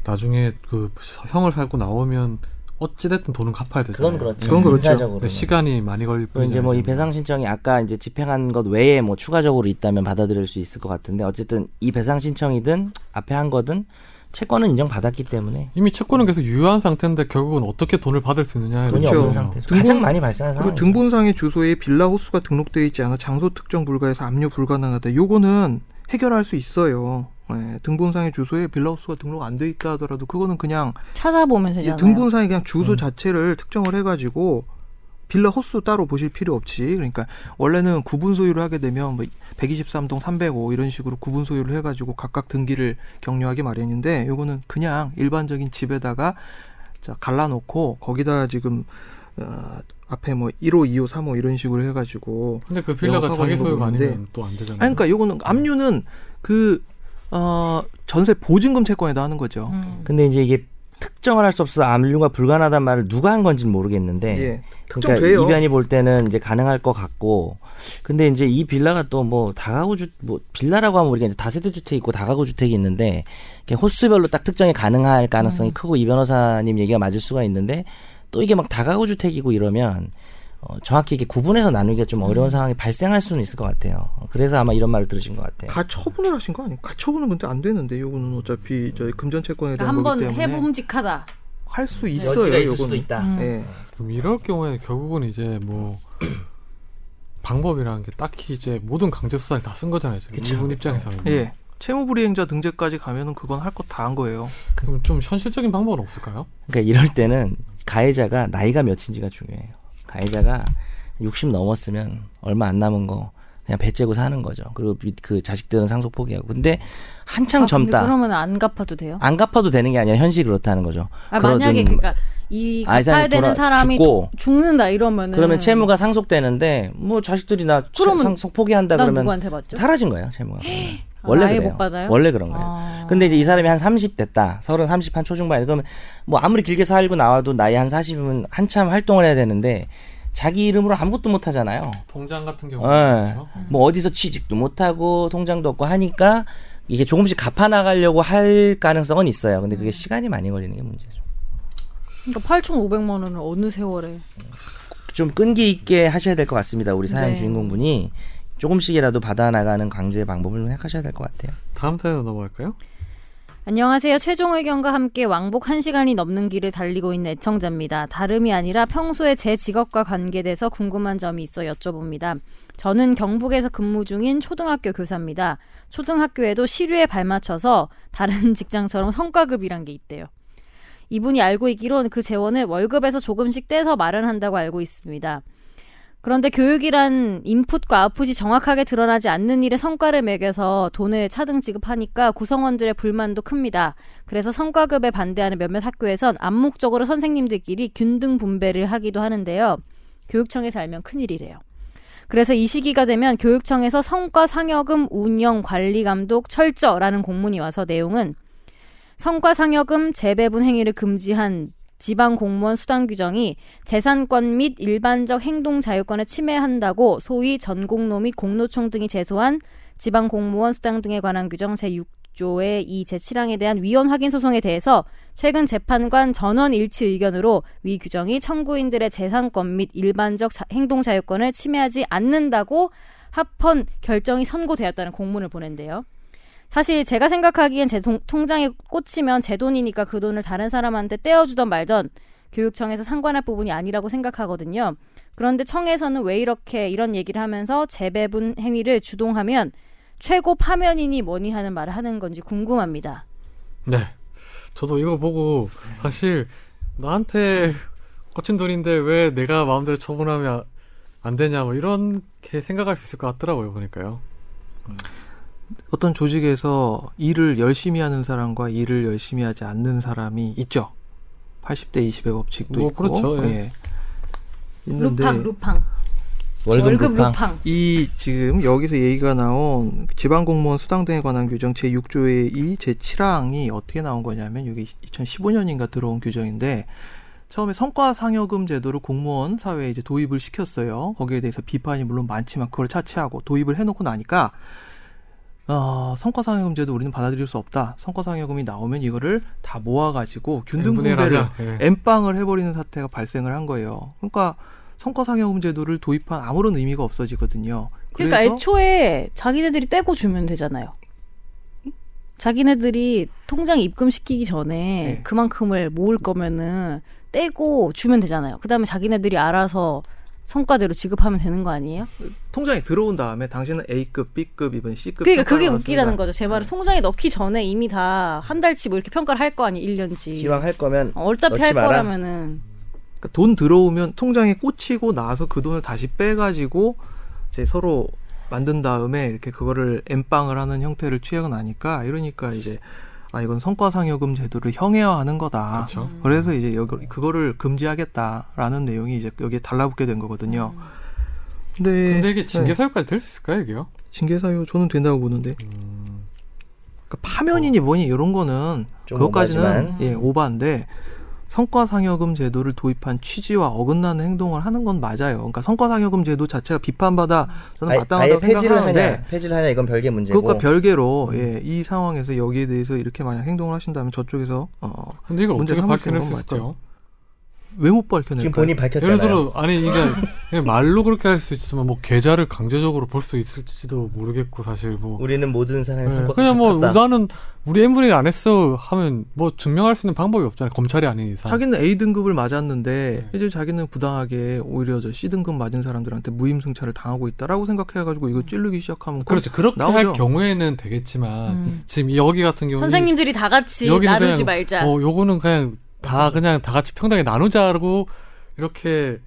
[SPEAKER 1] 나중에 그 형을 살고 나오면 어찌됐든 돈은 갚아야 되잖아요.
[SPEAKER 2] 그건 그렇죠.
[SPEAKER 4] 그건 그렇죠.
[SPEAKER 2] 인사적으로.
[SPEAKER 1] 근데 시간이 많이 걸릴
[SPEAKER 2] 그럼 이제
[SPEAKER 1] 뿐이잖아요.
[SPEAKER 2] 뭐 이 배상 신청이 아까 이제 집행한 것 외에 뭐 추가적으로 있다면 받아들일 수 있을 것 같은데 어쨌든 이 배상 신청이든 앞에 한 거든 채권은 인정받았기 때문에
[SPEAKER 1] 이미 채권은 계속 유효한 상태인데 결국은 어떻게 돈을 받을 수 있느냐
[SPEAKER 2] 돈이
[SPEAKER 4] 그렇죠.
[SPEAKER 2] 없는 상태에서
[SPEAKER 4] 등본-
[SPEAKER 2] 가장 많이 발생한
[SPEAKER 4] 그리고
[SPEAKER 2] 상황.
[SPEAKER 4] 등본상의 주소에 빌라 호수가 등록되어 있지 않아 장소 특정 불가해서 압류 불가능하다. 요거는 해결할 수 있어요. 예, 등본상의 주소에 빌라 호수가 등록 안 돼 있다 하더라도 그거는 그냥
[SPEAKER 3] 찾아보면
[SPEAKER 4] 이제
[SPEAKER 3] 되잖아요. 음.
[SPEAKER 4] 등본상에 그냥 주소 자체를 특정을 해가지고 빌라 호수 따로 보실 필요 없이 그러니까 원래는 구분 소유를 하게 되면 뭐 123동 305 이런 식으로 구분 소유를 해가지고 각각 등기를 격려하기 마련인데 요거는 그냥 일반적인 집에다가 자 갈라놓고 거기다 지금 어, 앞에 뭐 1호, 2호, 3호 이런 식으로 해가지고
[SPEAKER 1] 근데 그 빌라가
[SPEAKER 4] 영업하고
[SPEAKER 1] 자기
[SPEAKER 4] 있는
[SPEAKER 1] 소유가
[SPEAKER 4] 부분인데.
[SPEAKER 1] 아니면 또 안 되잖아요.
[SPEAKER 4] 아니 그러니까 요거는 압류는 그 어, 전세 보증금 채권에다 하는 거죠.
[SPEAKER 3] 음.
[SPEAKER 2] 근데 이제 이게 특정을 할 수 없어 압류가 불가능하다는 말을 누가 한 건지는 모르겠는데
[SPEAKER 4] 예.
[SPEAKER 2] 그러니까
[SPEAKER 4] 특정돼요.
[SPEAKER 2] 이변이 볼 때는 이제 가능할 것 같고 근데 이제 이 빌라가 또 뭐 다가구 주뭐 빌라라고 하면 우리가 이제 다세대 주택 있고 다가구 주택이 있는데 이렇게 호수별로 딱 특정이 가능할 가능성이 크고 이 변호사님 얘기가 맞을 수가 있는데 또 이게 막 다가구 주택이고 이러면 어, 정확히 이게 구분해서 나누기가 좀 어려운 상황이 발생할 수는 있을 것 같아요. 어, 그래서 아마 이런 말을 들으신 것 같아요.
[SPEAKER 4] 가처분을 하신 거 아니에요? 가처분은 근데 안 되는데 요거는 어차피 저희 금전채권에
[SPEAKER 3] 그러니까
[SPEAKER 4] 대한 거기
[SPEAKER 3] 한번
[SPEAKER 4] 때문에
[SPEAKER 3] 해봄직하다.
[SPEAKER 4] 할 수
[SPEAKER 2] 여지가
[SPEAKER 4] 있어요.
[SPEAKER 2] 있을
[SPEAKER 4] 요거는.
[SPEAKER 2] 수도 있다.
[SPEAKER 3] 음.
[SPEAKER 4] 예.
[SPEAKER 1] 그럼 이럴 경우에 결국은 이제 뭐 방법이라는 게 딱히 이제 모든 강제 수사를 다 쓴 거잖아요. 지금
[SPEAKER 2] 그쵸.
[SPEAKER 1] 이분 입장에서는.
[SPEAKER 2] 음.
[SPEAKER 4] 예. 채무불이행자 등재까지 가면은 그건 할 것 다 한 거예요.
[SPEAKER 1] 그럼 좀 현실적인 방법은 없을까요?
[SPEAKER 2] 그러니까 이럴 때는 가해자가 나이가 몇인지가 중요해요. 가해자가 60 넘었으면 얼마 안 남은 거 그냥 배 째고 사는 거죠. 그리고 이- 그 자식들은 상속 포기하고. 근데 한창
[SPEAKER 3] 아, 근데
[SPEAKER 2] 젊다.
[SPEAKER 3] 그러면 안 갚아도 돼요?
[SPEAKER 2] 안 갚아도 되는 게 아니라 현실이 그렇다는 거죠.
[SPEAKER 3] 아,
[SPEAKER 2] 그러든-
[SPEAKER 3] 만약에 그러니까 이
[SPEAKER 2] 아, 이
[SPEAKER 3] 갚아야
[SPEAKER 2] 사람이
[SPEAKER 3] 되는
[SPEAKER 2] 돌아-
[SPEAKER 3] 사람이
[SPEAKER 2] 죽고.
[SPEAKER 3] 죽는다 이러면은
[SPEAKER 2] 그러면 채무가 상속되는데 뭐 자식들이 나 채-
[SPEAKER 3] 네. 그러면
[SPEAKER 2] 상속 포기한다
[SPEAKER 3] 난
[SPEAKER 2] 그러면
[SPEAKER 3] 누구한테 받죠?
[SPEAKER 2] 사라진 거예요, 채무가. 그러면.
[SPEAKER 3] 아,
[SPEAKER 2] 원래
[SPEAKER 3] 아예
[SPEAKER 2] 그래요.
[SPEAKER 3] 못 받아요?
[SPEAKER 2] 원래 그런 거예요.
[SPEAKER 3] 아.
[SPEAKER 2] 근데 이제 이 사람이 한 30 됐다. 서른 30 한 초중반. 그러면 뭐 아무리 길게 살고 나와도 나이 한 40이면 한참 활동을 해야 되는데 자기 이름으로 아무것도 못 하잖아요.
[SPEAKER 1] 통장 같은
[SPEAKER 2] 예.
[SPEAKER 1] 경우는 그렇죠.
[SPEAKER 2] 뭐 어디서 취직도 못 하고 통장도 없고 하니까 이게 조금씩 갚아 나가려고 할 가능성은 있어요. 근데
[SPEAKER 3] 음.
[SPEAKER 2] 그게 시간이 많이 걸리는 게 문제죠.
[SPEAKER 3] 그러니까 8,500만 원을 어느 세월에
[SPEAKER 2] 좀 끈기 있게 하셔야 될 것 같습니다. 우리 사연
[SPEAKER 3] 네.
[SPEAKER 2] 주인공분이 조금씩이라도 받아 나가는 강제 방법을 생각하셔야 될 것 같아요.
[SPEAKER 1] 다음 사연으로 넘어갈까요?
[SPEAKER 3] 안녕하세요. 최종 의견과 함께 왕복 1시간이 넘는 길을 달리고 있는 애청자입니다. 다름이 아니라 평소에 제 직업과 관계돼서 궁금한 점이 있어 여쭤봅니다. 저는 경북에서 근무 중인 초등학교 교사입니다. 초등학교에도 시류에 발맞춰서 다른 직장처럼 성과급이란 게 있대요. 이분이 알고 있기론 그 재원을 월급에서 조금씩 떼서 마련한다고 알고 있습니다. 그런데 교육이란 인풋과 아웃풋이 정확하게 드러나지 않는 일에 성과를 매겨서 돈을 차등 지급하니까 구성원들의 불만도 큽니다. 그래서 성과급에 반대하는 몇몇 학교에선 암묵적으로 선생님들끼리 균등 분배를 하기도 하는데요. 교육청에서 알면 큰일이래요. 그래서 이 시기가 되면 교육청에서 성과 상여금 운영 관리 감독 철저라는 공문이 와서 내용은 성과 상여금 재배분 행위를 금지한 지방 공무원 수당 규정이 재산권 및 일반적 행동 자유권을 침해한다고 소위 전공노 및 공노총 등이 제소한 지방 공무원 수당 등에 관한 규정 제6조의 이 제7항에 대한 위헌 확인 소송에 대해서 최근 재판관 전원 일치 의견으로 위 규정이 청구인들의 재산권 및 일반적 자- 행동 자유권을 침해하지 않는다고 합헌 결정이 선고되었다는 공문을 보낸대요. 사실 제가 생각하기엔 제 동- 통장에 꽂히면 제 돈이니까 그 돈을 다른 사람한테 떼어주던 말던 교육청에서 상관할 부분이 아니라고 생각하거든요. 그런데 청에서는 왜 이렇게 이런 얘기를 하면서 재배분 행위를 주동하면 최고 파면이니 뭐니 하는 말을 하는 건지 궁금합니다.
[SPEAKER 1] 네. 저도 이거 보고 사실 나한테 꽂힌 돈인데 왜 내가 마음대로 처분하면 안 되냐 뭐 이렇게 생각할 수 있을 것 같더라고요. 보니까요.
[SPEAKER 4] 어떤 조직에서 일을 열심히 하는 사람과 일을 열심히 하지 않는 사람이 있죠. 80대 20의 법칙도
[SPEAKER 1] 뭐
[SPEAKER 4] 있고.
[SPEAKER 1] 그렇죠, 예.
[SPEAKER 4] 있는데
[SPEAKER 3] 루팡. 월급 루팡.
[SPEAKER 4] 이 지금 여기서 얘기가 나온 지방 공무원 수당 등에 관한 규정 제 6조의 2, 제 7항이 어떻게 나온 거냐면 이게 2015년인가 들어온 규정인데 처음에 성과 상여금 제도를 공무원 사회에 이제 도입을 시켰어요. 거기에 대해서 비판이 물론 많지만 그걸 차치하고 도입을 해놓고 나니까 어, 성과 상여금 제도 우리는 받아들일 수 없다. 성과 상여금이 나오면 이거를 다 모아가지고 균등 분배를
[SPEAKER 1] 분해라냐? 예.
[SPEAKER 4] 네. 엠빵을 해버리는 사태가 발생을 한 거예요. 그러니까 성과상여금 제도를 도입한 아무런 의미가 없어지거든요.
[SPEAKER 3] 그러니까
[SPEAKER 4] 그래서
[SPEAKER 3] 애초에 자기네들이 떼고 주면 되잖아요. 자기네들이 통장 입금시키기 전에
[SPEAKER 4] 네.
[SPEAKER 3] 그만큼을 모을 거면은 떼고 주면 되잖아요. 그다음에 자기네들이 알아서 성과대로 지급하면 되는 거 아니에요?
[SPEAKER 4] 통장에 들어온 다음에 당신은 A급, B급, 이번 C급.
[SPEAKER 3] 그러니까 그게
[SPEAKER 4] 평가를
[SPEAKER 3] 웃기다는
[SPEAKER 4] 받습니다.
[SPEAKER 3] 거죠. 제 말은 통장에 넣기 전에 이미 다 한 달치 뭐 이렇게 평가를 할 거 아니 1년치.
[SPEAKER 2] 기왕 할 거면
[SPEAKER 3] 어차피
[SPEAKER 2] 넣지
[SPEAKER 3] 할
[SPEAKER 2] 마라.
[SPEAKER 3] 거라면은
[SPEAKER 4] 그러니까 돈 들어오면 통장에 꽂히고 나서 그 돈을 다시 빼가지고 이제 서로 만든 다음에 이렇게 그거를 엠빵을 하는 형태를 취하고 나니까 이러니까 이제 아 이건 성과상여금 제도를 형해화하는 거다.
[SPEAKER 1] 그렇죠.
[SPEAKER 4] 그래서 이제 여기 그거를 금지하겠다라는 내용이 이제 여기에 달라붙게 된 거거든요. 근데,
[SPEAKER 1] 근데 이게
[SPEAKER 4] 네.
[SPEAKER 1] 징계 사유까지 될 수 있을까요, 이게요?
[SPEAKER 4] 징계사유 저는 된다고 보는데. 그러니까 파면이니 뭐니 이런 거는
[SPEAKER 2] 음. 어. 좀
[SPEAKER 4] 그것까지는
[SPEAKER 2] 오바지만.
[SPEAKER 4] 예 오바인데 성과상여금 제도를 도입한 취지와 어긋나는 행동을 하는 건 맞아요. 그러니까 성과상여금 제도 자체가 비판받아 저는
[SPEAKER 2] 아예, 아예
[SPEAKER 4] 마땅하다고
[SPEAKER 2] 폐지를 하냐,
[SPEAKER 4] 생각하는데
[SPEAKER 2] 폐지를 하냐 이건 별개 문제고. 뭐. 음.
[SPEAKER 4] 그것과 별개로 예, 이 상황에서 여기에 대해서 이렇게 만약 행동을 하신다면 저쪽에서 어,
[SPEAKER 1] 근데 이거
[SPEAKER 4] 문제
[SPEAKER 1] 어떻게
[SPEAKER 4] 삼을 수
[SPEAKER 1] 밝혀낼
[SPEAKER 4] 있는
[SPEAKER 1] 수
[SPEAKER 4] 건 맞죠.
[SPEAKER 1] 있을까요?
[SPEAKER 4] 왜 못 밝혀낼까요?
[SPEAKER 2] 지금 본인
[SPEAKER 1] 예를
[SPEAKER 2] 밝혔잖아요.
[SPEAKER 1] 들어 아니 그러니까 그냥 말로 그렇게 할 수 있지만 뭐 계좌를 강제적으로 볼 수 있을지도 모르겠고 사실 뭐
[SPEAKER 2] 우리는 모든 사람의
[SPEAKER 1] 네,
[SPEAKER 2] 성과
[SPEAKER 1] 그냥 뭐
[SPEAKER 2] 같다.
[SPEAKER 1] 나는 우리 엠브리를 안 했어 하면 뭐 증명할 수 있는 방법이 없잖아요 검찰이 아닌 이상
[SPEAKER 4] 자기는 A 등급을 맞았는데
[SPEAKER 1] 네.
[SPEAKER 4] 이제 자기는 부당하게 오히려 저 C 등급 맞은 사람들한테 무임승차를 당하고 있다라고 생각해가지고 이거 찌르기 시작하면
[SPEAKER 1] 그렇죠 그렇게
[SPEAKER 4] 나오죠.
[SPEAKER 1] 할 경우에는 되겠지만
[SPEAKER 3] 음.
[SPEAKER 1] 지금 여기 같은 경우
[SPEAKER 3] 선생님들이 다 같이 나누지 말자.
[SPEAKER 1] 어 요거는 그냥 다 그냥 다 같이 평등하게 나누자라고 이렇게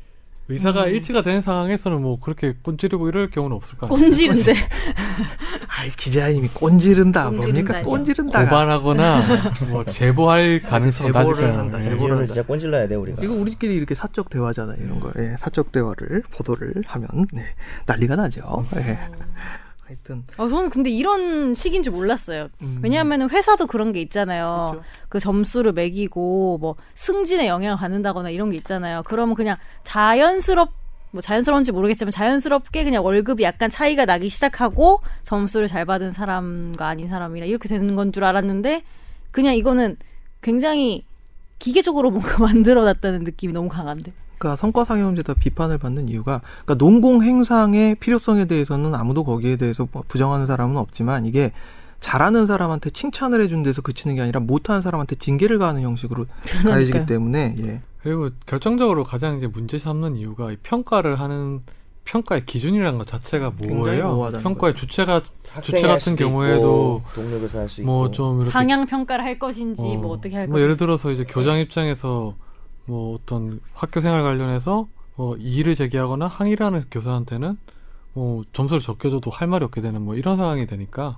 [SPEAKER 1] 의사가 일치가 된 상황에서는 뭐 그렇게 꼰지르고 이럴 경우는 없을 거 아니에요
[SPEAKER 3] 꼰지른데.
[SPEAKER 4] 아 기자님이 꼰지른다 뭡니까
[SPEAKER 3] 꼰지른다요.
[SPEAKER 4] 꼰지른다
[SPEAKER 1] 고발하거나 뭐 제보할 가능성은 낮을
[SPEAKER 4] 제보를
[SPEAKER 1] 거예요
[SPEAKER 4] 한다,
[SPEAKER 1] 예.
[SPEAKER 4] 제보.
[SPEAKER 2] 제보를 진짜 꼰질러야 돼 우리가.
[SPEAKER 4] 이거 우리끼리 이렇게 사적 대화잖아요 이런 걸 예, 사적 대화를 보도를 하면 네, 난리가 나죠 예. 하여튼
[SPEAKER 3] 어, 저는 근데 이런 식인지 몰랐어요.
[SPEAKER 4] 음.
[SPEAKER 3] 왜냐하면 회사도 그런 게 있잖아요.
[SPEAKER 4] 그렇죠.
[SPEAKER 3] 그 점수를 매기고 뭐 승진에 영향을 받는다거나 이런 게 있잖아요. 그러면 그냥 자연스럽 뭐 자연스러운지 모르겠지만 자연스럽게 그냥 월급이 약간 차이가 나기 시작하고 점수를 잘 받은 사람과 아닌 사람이라 이렇게 되는 건 줄 알았는데 그냥 이거는 굉장히 기계적으로 뭔가 만들어놨다는 느낌이 너무 강한데.
[SPEAKER 4] 그러니까 성과상여험제다 비판을 받는 이유가 그러니까 농공 행상의 필요성에 대해서는 아무도 거기에 대해서 뭐 부정하는 사람은 없지만 이게 잘하는 사람한테 칭찬을 해준 데서 그치는 게 아니라 못하는 사람한테 징계를 가하는 형식으로 가해지기
[SPEAKER 3] 그러니까요.
[SPEAKER 4] 때문에 예.
[SPEAKER 1] 그리고 결정적으로 가장 이제 문제 삼는 이유가 이 평가를 하는 평가의 기준이라는 것 자체가
[SPEAKER 4] 굉장히
[SPEAKER 1] 뭐예요?
[SPEAKER 4] 모호하다는
[SPEAKER 1] 평가의 주체가
[SPEAKER 2] 학생이
[SPEAKER 1] 주체
[SPEAKER 2] 할
[SPEAKER 1] 같은
[SPEAKER 2] 수도
[SPEAKER 1] 경우에도
[SPEAKER 2] 있고, 동료교사 할 수 있고
[SPEAKER 1] 뭐 좀 이렇게
[SPEAKER 3] 상향 평가를 할 것인지 뭐 어떻게 할
[SPEAKER 1] 뭐
[SPEAKER 3] 것인지.
[SPEAKER 1] 예를 들어서 이제 교장 입장에서 뭐 어떤 학교 생활 관련해서 뭐 이의를 제기하거나 항의를 하는 교사한테는 뭐 점수를 적게 줘도 할 말이 없게 되는 뭐 이런 상황이 되니까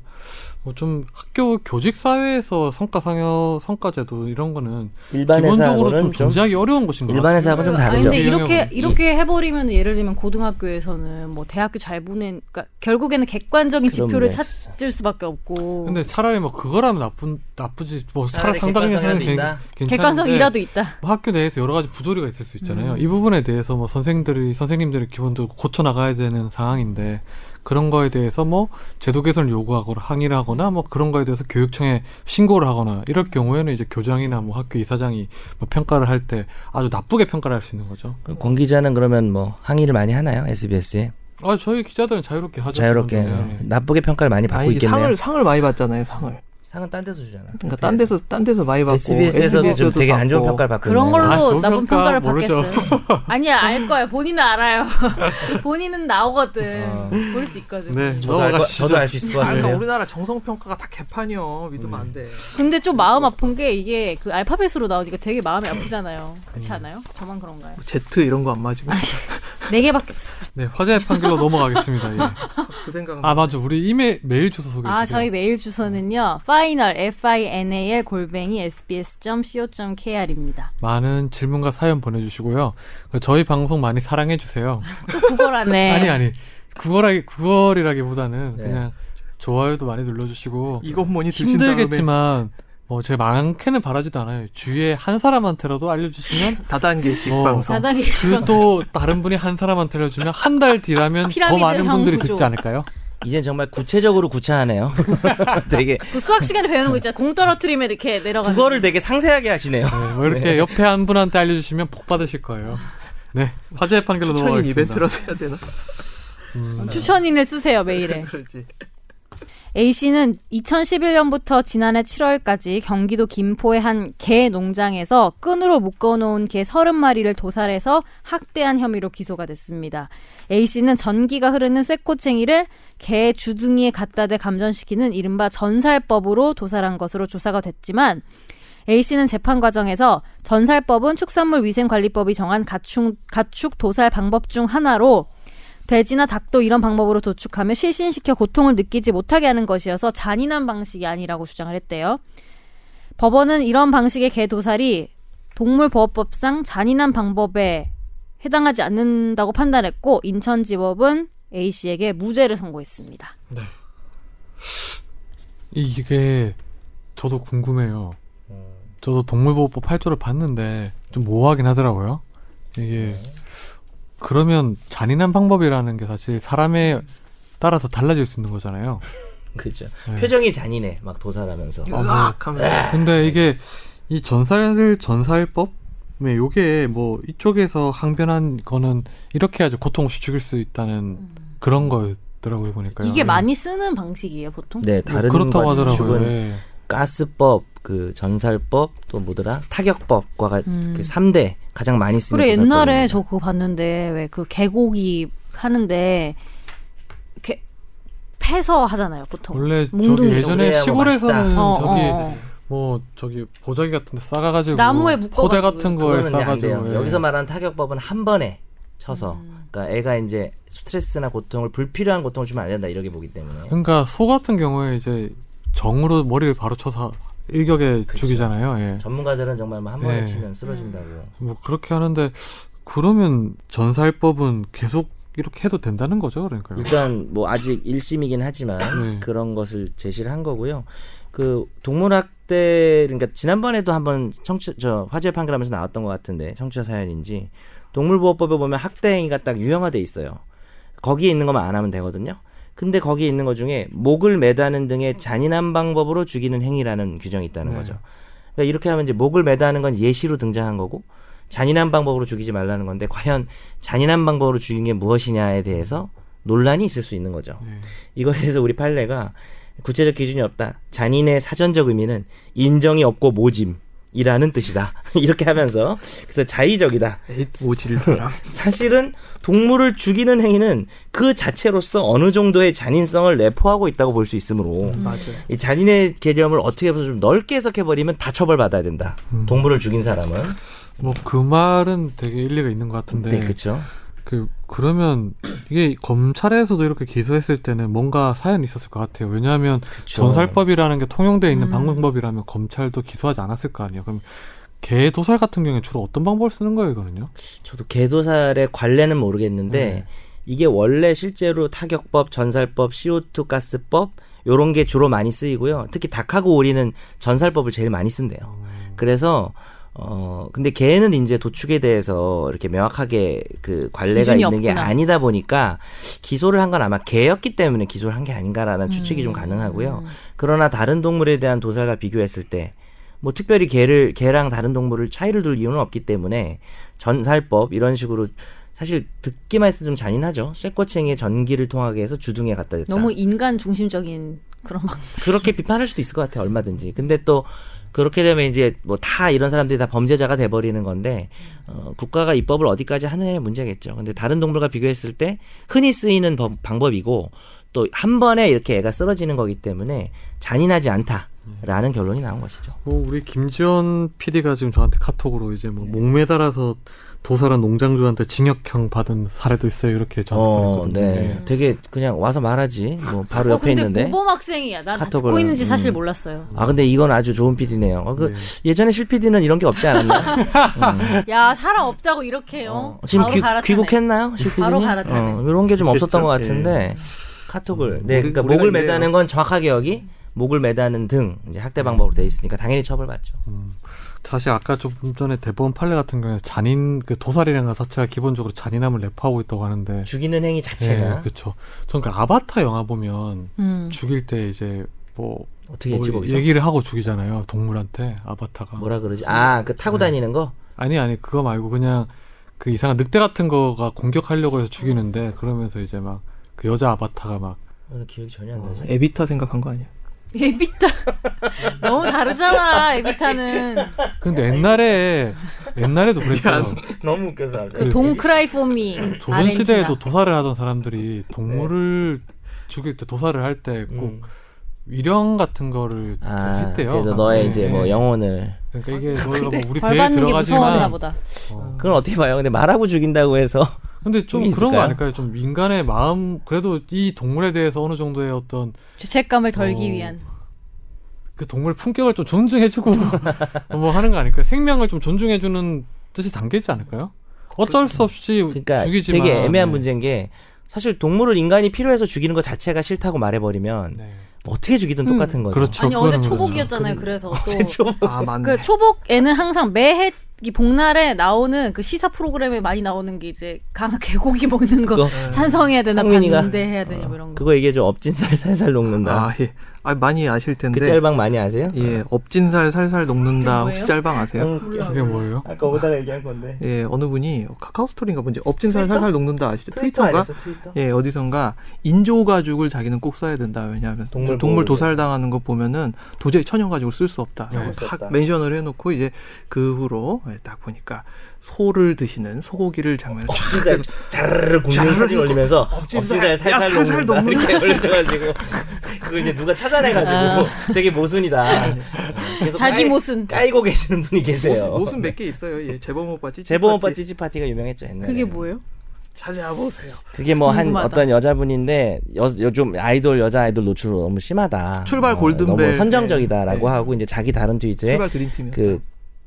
[SPEAKER 1] 뭐 좀 학교 교직 사회에서 성과 상여 성과제도 이런 거는
[SPEAKER 2] 일반
[SPEAKER 1] 기본적으로 좀
[SPEAKER 2] 회사하고는 좀
[SPEAKER 1] 존재하기 어려운 것인 것
[SPEAKER 2] 일반
[SPEAKER 1] 같아요.
[SPEAKER 2] 회사하고는 좀
[SPEAKER 3] 아니,
[SPEAKER 2] 다르죠.
[SPEAKER 3] 근데 이렇게
[SPEAKER 1] 영역은.
[SPEAKER 3] 이렇게 해버리면 예를 들면 고등학교에서는 뭐 대학교 잘 보낸 그러니까 결국에는 객관적인
[SPEAKER 2] 그런
[SPEAKER 3] 지표를
[SPEAKER 2] 면에서
[SPEAKER 3] 찾을 수밖에 없고
[SPEAKER 1] 근데 차라리 뭐 그거라면 나쁜 나쁘지 뭐 차라리
[SPEAKER 2] 차라리
[SPEAKER 1] 상당히는
[SPEAKER 2] 객관성이라도
[SPEAKER 1] 괜-
[SPEAKER 2] 있다.
[SPEAKER 1] 괜찮은데
[SPEAKER 3] 객관성이라도 있다.
[SPEAKER 1] 뭐 학교 내에서 여러 가지 부조리가 있을 수 있잖아요. 이 부분에 대해서 뭐 선생들이 선생님들이 기본적으로 고쳐 나가야 되는 상황인데 그런 거에 대해서 뭐 제도 개선을 요구하거나 항의를 하거나 뭐 그런 거에 대해서 교육청에 신고를 하거나 이럴 경우에는 이제 교장이나 뭐 학교 이사장이 뭐 평가를 할 때 아주 나쁘게 평가를 할 수 있는 거죠.
[SPEAKER 2] 권 기자는 그러면 뭐 항의를 많이 하나요 SBS에
[SPEAKER 1] 아 저희 기자들은 자유롭게 하죠.
[SPEAKER 2] 자유롭게
[SPEAKER 1] 네.
[SPEAKER 2] 나쁘게 평가를 많이 받고
[SPEAKER 4] 아니, 이게
[SPEAKER 2] 있겠네요.
[SPEAKER 4] 상을 상을 많이 받잖아요 상을
[SPEAKER 2] 상은 딴 데서 주잖아.
[SPEAKER 4] 그러니까 딴 데서 딴 데서 많이 받고
[SPEAKER 2] SBS에서 좀
[SPEAKER 4] SBS도
[SPEAKER 2] 되게 안 좋은
[SPEAKER 4] 받고.
[SPEAKER 2] 평가를 받고
[SPEAKER 3] 그런 걸로
[SPEAKER 1] 아, 좋은
[SPEAKER 3] 나쁜
[SPEAKER 1] 평가
[SPEAKER 3] 평가를
[SPEAKER 1] 모르죠.
[SPEAKER 3] 받겠어요. 아니야 알 거야. 본인은 알아요. 본인은 나오거든.
[SPEAKER 2] 아.
[SPEAKER 3] 볼 수 있거든.
[SPEAKER 1] 네,
[SPEAKER 2] 저도 알,
[SPEAKER 1] 넘어가시죠.
[SPEAKER 2] 저도 알 수 있을 것
[SPEAKER 4] 아, 그러니까
[SPEAKER 2] 같은데요. 음.
[SPEAKER 4] 우리나라 정성 평가가 다 개판이요 믿으면 안돼
[SPEAKER 3] 근데 좀 마음 아픈 게 이게 그 알파벳으로 나오니까 되게 마음이 아프잖아요. 그렇지 않아요? 저만 그런가요?
[SPEAKER 4] Z 이런 거 안 맞으면
[SPEAKER 3] 네 개밖에 없어.
[SPEAKER 1] 네, 화제의 판결로 넘어가겠습니다. 예.
[SPEAKER 4] 그 생각은
[SPEAKER 1] 아 맞아, 우리 이메일 메일 주소 소개해 주세요.
[SPEAKER 3] 아 저희 메일 주소는요. final f i n a l 골뱅이 sbs co kr입니다.
[SPEAKER 1] 많은 질문과 사연 보내주시고요. 그 저희 방송 많이 사랑해 주세요.
[SPEAKER 3] 구걸하네.
[SPEAKER 1] 아니 아니 구걸하기 구걸이라기보다는
[SPEAKER 2] 네.
[SPEAKER 1] 그냥 좋아요도 많이 눌러주시고
[SPEAKER 4] 이것 뭐니 드신 다음에
[SPEAKER 1] 힘들겠지만 뭐 제 많게는 바라지도 않아요. 주위에 한 사람한테라도 알려주시면
[SPEAKER 4] 다단계식
[SPEAKER 1] 어.
[SPEAKER 4] 방송
[SPEAKER 3] 바닥에
[SPEAKER 1] 그 또 다른 분이 한 사람한테 알려주면 한 달 뒤라면 더
[SPEAKER 3] 피라미드
[SPEAKER 1] 많은
[SPEAKER 3] 형
[SPEAKER 1] 분들이
[SPEAKER 3] 구조.
[SPEAKER 1] 듣지 않을까요?
[SPEAKER 2] 이젠 정말 구체적으로 구차하네요. 되게
[SPEAKER 3] 그 수학 시간에 배우는 거 있잖아. 공 떨어뜨리면 이렇게 내려가는.
[SPEAKER 2] 국어를 되게 상세하게 하시네요.
[SPEAKER 1] 네, 뭐 이렇게 옆에 한 분한테 알려주시면 복 받으실 거예요. 네 화제의 판결로
[SPEAKER 4] 추천인
[SPEAKER 1] 넘어가겠습니다.
[SPEAKER 4] 이벤트라서 해야 되나?
[SPEAKER 3] 추천인을 쓰세요 메일에.
[SPEAKER 4] 그렇지.
[SPEAKER 3] A 씨는 2011년부터 지난해 7월까지 경기도 김포의 한 개 농장에서 끈으로 묶어놓은 개 30마리를 도살해서 학대한 혐의로 기소가 됐습니다. A 씨는 전기가 흐르는 쇠꼬챙이를 개 주둥이에 갖다 대 감전시키는 이른바 전살법으로 도살한 것으로 조사가 됐지만 A 씨는 재판 과정에서 전살법은 축산물 위생관리법이 정한 가축, 가축 도살 방법 중 하나로 돼지나 닭도 이런 방법으로 도축하며 실신시켜 고통을 느끼지 못하게 하는 것이어서 잔인한 방식이 아니라고 주장을 했대요. 법원은 이런 방식의 개 도살이 동물보호법상 잔인한 방법에 해당하지 않는다고 판단했고 인천지법은 A 씨에게 무죄를 선고했습니다.
[SPEAKER 1] 이게 저도 궁금해요. 저도 동물보호법 8조를 봤는데 좀 모호하긴 하더라고요. 이게 그러면 잔인한 방법이라는 게 사실 사람에 따라서 달라질 수 있는 거잖아요.
[SPEAKER 2] 그죠. 표정이 잔인해.
[SPEAKER 6] 아,
[SPEAKER 1] 아,
[SPEAKER 6] 뭐,
[SPEAKER 2] 막 도살하면서. 네.
[SPEAKER 4] 으악 하면서
[SPEAKER 1] 근데 이게 이 전살 전살법 네, 요게 뭐 이쪽에서 항변한 거는 이렇게 해야지 고통 없이 죽일 수 있다는 그런 거였더라고요 보니까
[SPEAKER 7] 이게 많이 쓰는 방식이에요 보통.
[SPEAKER 2] 네, 다른
[SPEAKER 1] 뭐 그렇다고
[SPEAKER 2] 건
[SPEAKER 1] 하더라고요.
[SPEAKER 2] 죽은
[SPEAKER 1] 예.
[SPEAKER 2] 가스법, 그 전살법, 또 뭐더라? 타격법과 같
[SPEAKER 7] 음.
[SPEAKER 2] 그 3대 가장 많이 쓰는
[SPEAKER 7] 그래 옛날에
[SPEAKER 2] 고살법입니다.
[SPEAKER 7] 저 그거 봤는데 왜 그 개고기 하는데 이렇게 패서 하잖아요 보통.
[SPEAKER 1] 원래 저기
[SPEAKER 7] 몽둥이로.
[SPEAKER 1] 예전에
[SPEAKER 2] 그래야 뭐
[SPEAKER 1] 시골에서는
[SPEAKER 2] 맛있다.
[SPEAKER 7] 어,
[SPEAKER 1] 저기
[SPEAKER 7] 어, 어.
[SPEAKER 1] 뭐 저기 보자기 같은 데 싸가가지고
[SPEAKER 7] 나무에 묶어가지고
[SPEAKER 1] 포대 같은 거에
[SPEAKER 2] 그거는 안 돼요.
[SPEAKER 1] 싸가지고 예. 음.
[SPEAKER 2] 여기서 말하는 타격법은 한 번에 쳐서 그러니까 애가 이제 스트레스나 고통을 불필요한 고통을 주면 안 된다 이렇게 보기 때문에
[SPEAKER 1] 그러니까 소 같은 경우에 이제 정으로 머리를 바로 쳐서 일격에 죽이잖아요. 예.
[SPEAKER 2] 전문가들은 정말 뭐한 번에
[SPEAKER 1] 예.
[SPEAKER 2] 치면 쓰러진다고.
[SPEAKER 1] 뭐 그렇게 하는데 그러면 전살법은 계속 이렇게 해도 된다는 거죠, 그러니까요.
[SPEAKER 2] 일단 뭐 아직 1심이긴 하지만
[SPEAKER 1] 네.
[SPEAKER 2] 그런 것을 제시를 한 거고요. 그 동물학대 그러니까 지난번에도 한번 청취 저 화재 판결하면서 나왔던 것 같은데 청취자 사연인지 동물보호법에 보면 학대 행위가 딱 유형화돼 있어요. 거기에 있는 것만 안 하면 되거든요. 근데 거기에 있는 것 중에 목을 매다는 등의 잔인한 방법으로 죽이는 행위라는 규정이 있다는
[SPEAKER 1] 네.
[SPEAKER 2] 거죠. 그러니까 이렇게 하면 이제 목을 매다는 건 예시로 등장한 거고 잔인한 방법으로 죽이지 말라는 건데 과연 잔인한 방법으로 죽인 게 무엇이냐에 대해서 논란이 있을 수 있는 거죠.
[SPEAKER 1] 네.
[SPEAKER 2] 이거에 대해서 우리 판례가 구체적 기준이 없다. 잔인의 사전적 의미는 인정이 없고 모짐이라는 뜻이다. 이렇게 하면서 그래서 자의적이다.
[SPEAKER 4] 오지를 사람.
[SPEAKER 2] 사실은 동물을 죽이는 행위는 그 자체로서 어느 정도의 잔인성을 내포하고 있다고 볼 수 있으므로
[SPEAKER 4] 맞아요.
[SPEAKER 2] 이 잔인의 개념을 어떻게 해서 좀 넓게 해석해버리면 다 처벌받아야 된다. 동물을 죽인 사람은.
[SPEAKER 1] 뭐 그 말은 되게 일리가 있는 것 같은데.
[SPEAKER 2] 네, 그렇죠.
[SPEAKER 1] 그 그러면 이게 검찰에서도 이렇게 기소했을 때는 뭔가 사연이 있었을 것 같아요. 왜냐하면 전살법이라는 게 통용되어 있는
[SPEAKER 2] 음.
[SPEAKER 1] 방법이라면 검찰도 기소하지 않았을 거 아니에요. 그럼 개 도살 같은 경우에 주로 어떤 방법을 쓰는 거예요, 이거는요?
[SPEAKER 2] 저도 개도살의 관례는 모르겠는데
[SPEAKER 7] 네.
[SPEAKER 2] 이게 원래 실제로 타격법, 전살법, CO2 가스법 요런 게 주로 많이 쓰이고요. 특히 닭하고 오리는 전살법을 제일 많이 쓴대요. 그래서 어 근데 개는 이제 도축에 대해서 이렇게 명확하게 그 관례가
[SPEAKER 7] 기준이
[SPEAKER 2] 있는 게
[SPEAKER 7] 없구나.
[SPEAKER 2] 아니다 보니까 기소를 한 건 아마 개였기 때문에 기소를 한 게 아닌가라는 추측이
[SPEAKER 7] 음.
[SPEAKER 2] 좀 가능하고요. 그러나 다른 동물에 대한 도살과 비교했을 때 뭐 특별히 개를 개랑 다른 동물을 차이를 둘 이유는 없기 때문에 전살법 이런 식으로 사실 듣기만 해서 좀 잔인하죠. 쇠꼬챙이의 전기를 통하게 해서 주둥이에 갖다 댔다.
[SPEAKER 7] 너무 인간 중심적인 그런 방.
[SPEAKER 2] 그렇게 비판할 수도 있을 것 같아요. 얼마든지. 근데 또 그렇게 되면 이제 뭐 다 이런 사람들이 다 범죄자가 돼 버리는 건데 어, 국가가 입법을 어디까지 하느냐의 문제겠죠. 근데 다른 동물과 비교했을 때 흔히 쓰이는 법- 방법이고 또 한 번에 이렇게 애가 쓰러지는 거기 때문에 잔인하지 않다라는 결론이 나온 것이죠.
[SPEAKER 1] 뭐 우리 김지원 PD가 지금 저한테 카톡으로 이제 뭐 목매 달아서 도살한 농장주한테 징역형 받은 사례도 있어요. 이렇게 저한테
[SPEAKER 2] 어,
[SPEAKER 1] 보냈거든요.
[SPEAKER 2] 네.
[SPEAKER 1] 예.
[SPEAKER 2] 되게 그냥 와서 말하지. 뭐 바로
[SPEAKER 7] 어
[SPEAKER 2] 옆에
[SPEAKER 7] 근데 뭐?
[SPEAKER 2] 있는데.
[SPEAKER 7] 모범 학생이야. 난 다 듣고
[SPEAKER 2] 카톡을,
[SPEAKER 7] 있는지 사실
[SPEAKER 2] 음.
[SPEAKER 7] 몰랐어요.
[SPEAKER 2] 아 근데 이건 아주 좋은 PD네요. 그 예전에 실 PD는 이런 게 없지 않았나?
[SPEAKER 7] 야 사람 없다고 이렇게요.
[SPEAKER 2] 어, 지금
[SPEAKER 7] 바로
[SPEAKER 2] 귀,
[SPEAKER 7] 갈아타네.
[SPEAKER 2] 귀국했나요? 실 PD?
[SPEAKER 7] 바로 갈아타네.
[SPEAKER 2] 어, 이런 게 좀
[SPEAKER 8] 그렇겠죠.
[SPEAKER 2] 없었던 것 같은데 카톡을. 네,
[SPEAKER 4] 우리-
[SPEAKER 2] 그러니까
[SPEAKER 4] 우리가
[SPEAKER 2] 목을
[SPEAKER 4] 이래요.
[SPEAKER 2] 매다는 건 정확하게 여기 목을 매다는 등 이제 학대 방법으로 돼 있으니까 당연히 처벌받죠.
[SPEAKER 1] 사실 아까 좀 전에 대법원 판례 같은 경우에 잔인 그 도살이라는 것 자체가 기본적으로 잔인함을 내포하고 있다고 하는데
[SPEAKER 2] 죽이는 행위 자체가
[SPEAKER 1] 그렇죠. 전그 아바타 영화 보면
[SPEAKER 7] 음.
[SPEAKER 1] 죽일 때 이제 뭐,
[SPEAKER 2] 어떻게 했지
[SPEAKER 1] 뭐
[SPEAKER 2] 거기서?
[SPEAKER 1] 얘기를 하고 죽이잖아요 동물한테 아바타가
[SPEAKER 2] 뭐라 그러지? 아, 그 타고 다니는 거?
[SPEAKER 1] 아니 아니 그거 말고 그냥 그 이상한 늑대 같은 거가 공격하려고 해서 죽이는데 그러면서 이제 막 그 여자 아바타가 막
[SPEAKER 2] 오늘 기억이 전혀 안 나죠.
[SPEAKER 4] 에비타 생각한 거 아니야?
[SPEAKER 7] 에비타 너무 다르잖아. 에비타는
[SPEAKER 1] 근데
[SPEAKER 2] 네.
[SPEAKER 1] 옛날에 옛날에도 그랬어요
[SPEAKER 2] 너무 웃겨서.
[SPEAKER 7] 그 동크라이 포미
[SPEAKER 1] 조선 시대에도 도살을 하던 사람들이 동물을 죽일 때 도살을 할 때 꼭
[SPEAKER 2] 네. 음.
[SPEAKER 1] 위령 같은 거를 좀
[SPEAKER 2] 아,
[SPEAKER 1] 했대요.
[SPEAKER 2] 그래서 너의
[SPEAKER 1] 네,
[SPEAKER 2] 이제
[SPEAKER 1] 네.
[SPEAKER 2] 뭐 영혼을 아,
[SPEAKER 1] 그러니까 이게 저희가 뭐 우리
[SPEAKER 7] 벌
[SPEAKER 1] 배에
[SPEAKER 7] 받는 게 무서웠나
[SPEAKER 1] 들어가지만
[SPEAKER 7] 보다.
[SPEAKER 2] 그건 어떻게 봐요? 근데 말하고 죽인다고 해서
[SPEAKER 1] 근데 좀
[SPEAKER 2] 그게
[SPEAKER 1] 그런 거
[SPEAKER 2] 있을까요?
[SPEAKER 1] 아닐까요? 좀 인간의 마음 그래도 이 동물에 대해서 어느 정도의 어떤
[SPEAKER 7] 죄책감을 덜기
[SPEAKER 1] 어.
[SPEAKER 7] 위한.
[SPEAKER 1] 그 동물 품격을 좀 존중해주고 뭐 하는 거 아닐까요? 생명을 좀 존중해주는 뜻이 담겨 있지 않을까요? 어쩔 수 없이
[SPEAKER 2] 그러니까
[SPEAKER 1] 죽이지만
[SPEAKER 2] 되게 애매한
[SPEAKER 1] 네.
[SPEAKER 2] 문제인 게 사실 동물을 인간이 필요해서 죽이는 것 자체가 싫다고 말해버리면
[SPEAKER 1] 네.
[SPEAKER 2] 뭐 어떻게 죽이든
[SPEAKER 7] 음.
[SPEAKER 2] 똑같은 거죠.
[SPEAKER 1] 그렇죠.
[SPEAKER 7] 아니 어제
[SPEAKER 1] 그거는 그렇죠.
[SPEAKER 7] 초복이었잖아요. 그래서 또
[SPEAKER 4] 아 맞네.
[SPEAKER 7] 그 초복에는 항상 매해 이 복날에 나오는 그 시사 프로그램에 많이 나오는 게 이제 강 개고기 먹는 거
[SPEAKER 2] 그거
[SPEAKER 7] 찬성해야 되나
[SPEAKER 2] 상민이가-
[SPEAKER 7] 반대해야 되냐 뭐 이런 거.
[SPEAKER 2] 그거 얘기해줘. 업진살 살살 녹는다.
[SPEAKER 4] 아 예. 아, 많이 아실 텐데.
[SPEAKER 6] 네. 그 짤방 네. 많이 아세요?
[SPEAKER 4] 예, 엎진살 살살 녹는다.
[SPEAKER 9] 뭐예요?
[SPEAKER 4] 혹시 짤방 아세요?
[SPEAKER 6] 음,
[SPEAKER 1] 그게 뭐예요?
[SPEAKER 6] 아까 오다가 얘기한 건데
[SPEAKER 4] 예, 어느 분이 카카오 스토리인가 뭔지 엎진살
[SPEAKER 6] 트위터?
[SPEAKER 4] 살살 녹는다 아시죠?
[SPEAKER 6] 트위터
[SPEAKER 4] 트위터인가?
[SPEAKER 6] 아니었어 트위터?
[SPEAKER 4] 예, 어디선가 인조 가죽을 자기는 꼭 써야 된다. 왜냐하면
[SPEAKER 6] 동물 보호를
[SPEAKER 4] 동물, 도살 당하는 거 보면은 도저히 천연 가죽을 쓸 수 없다.
[SPEAKER 6] 네. 쓸수 없다.
[SPEAKER 4] 딱 멘션을 해놓고 이제 그 후로 예, 딱 보니까 소를 드시는 소고기를 장면을 쫙
[SPEAKER 6] 진짜 자르르 굽는
[SPEAKER 4] 자르르
[SPEAKER 6] 사진 올리면서
[SPEAKER 4] 엎진살
[SPEAKER 6] 엎진살 살살
[SPEAKER 4] 야, 살살
[SPEAKER 6] 녹는다 이렇게 올려가지고 그거 이제 누가 찾아내가지고 되게 모순이다 계속
[SPEAKER 3] 자기
[SPEAKER 2] 네.
[SPEAKER 6] 깔-
[SPEAKER 3] 모순.
[SPEAKER 6] 깔고 계시는 분이 계세요
[SPEAKER 4] 옷은 몇 개 있어요. 예, 재범 오빠 찌
[SPEAKER 6] 재범 오빠 찌찌 파티가 유명했죠
[SPEAKER 2] 네.
[SPEAKER 6] 옛날에
[SPEAKER 9] 그게 뭐예요?
[SPEAKER 4] 찾아보세요.
[SPEAKER 2] 그게 뭐 한
[SPEAKER 3] 궁금하다.
[SPEAKER 2] 어떤 여자분인데 여, 요즘 아이돌 여자 아이돌 노출 너무 심하다.
[SPEAKER 4] 출발
[SPEAKER 2] 어,
[SPEAKER 4] 골든벨.
[SPEAKER 2] 너무 선정적이다라고
[SPEAKER 4] 네.
[SPEAKER 2] 하고 이제 자기 다른 트위터에
[SPEAKER 4] 출발 드림팀이요.
[SPEAKER 2] 그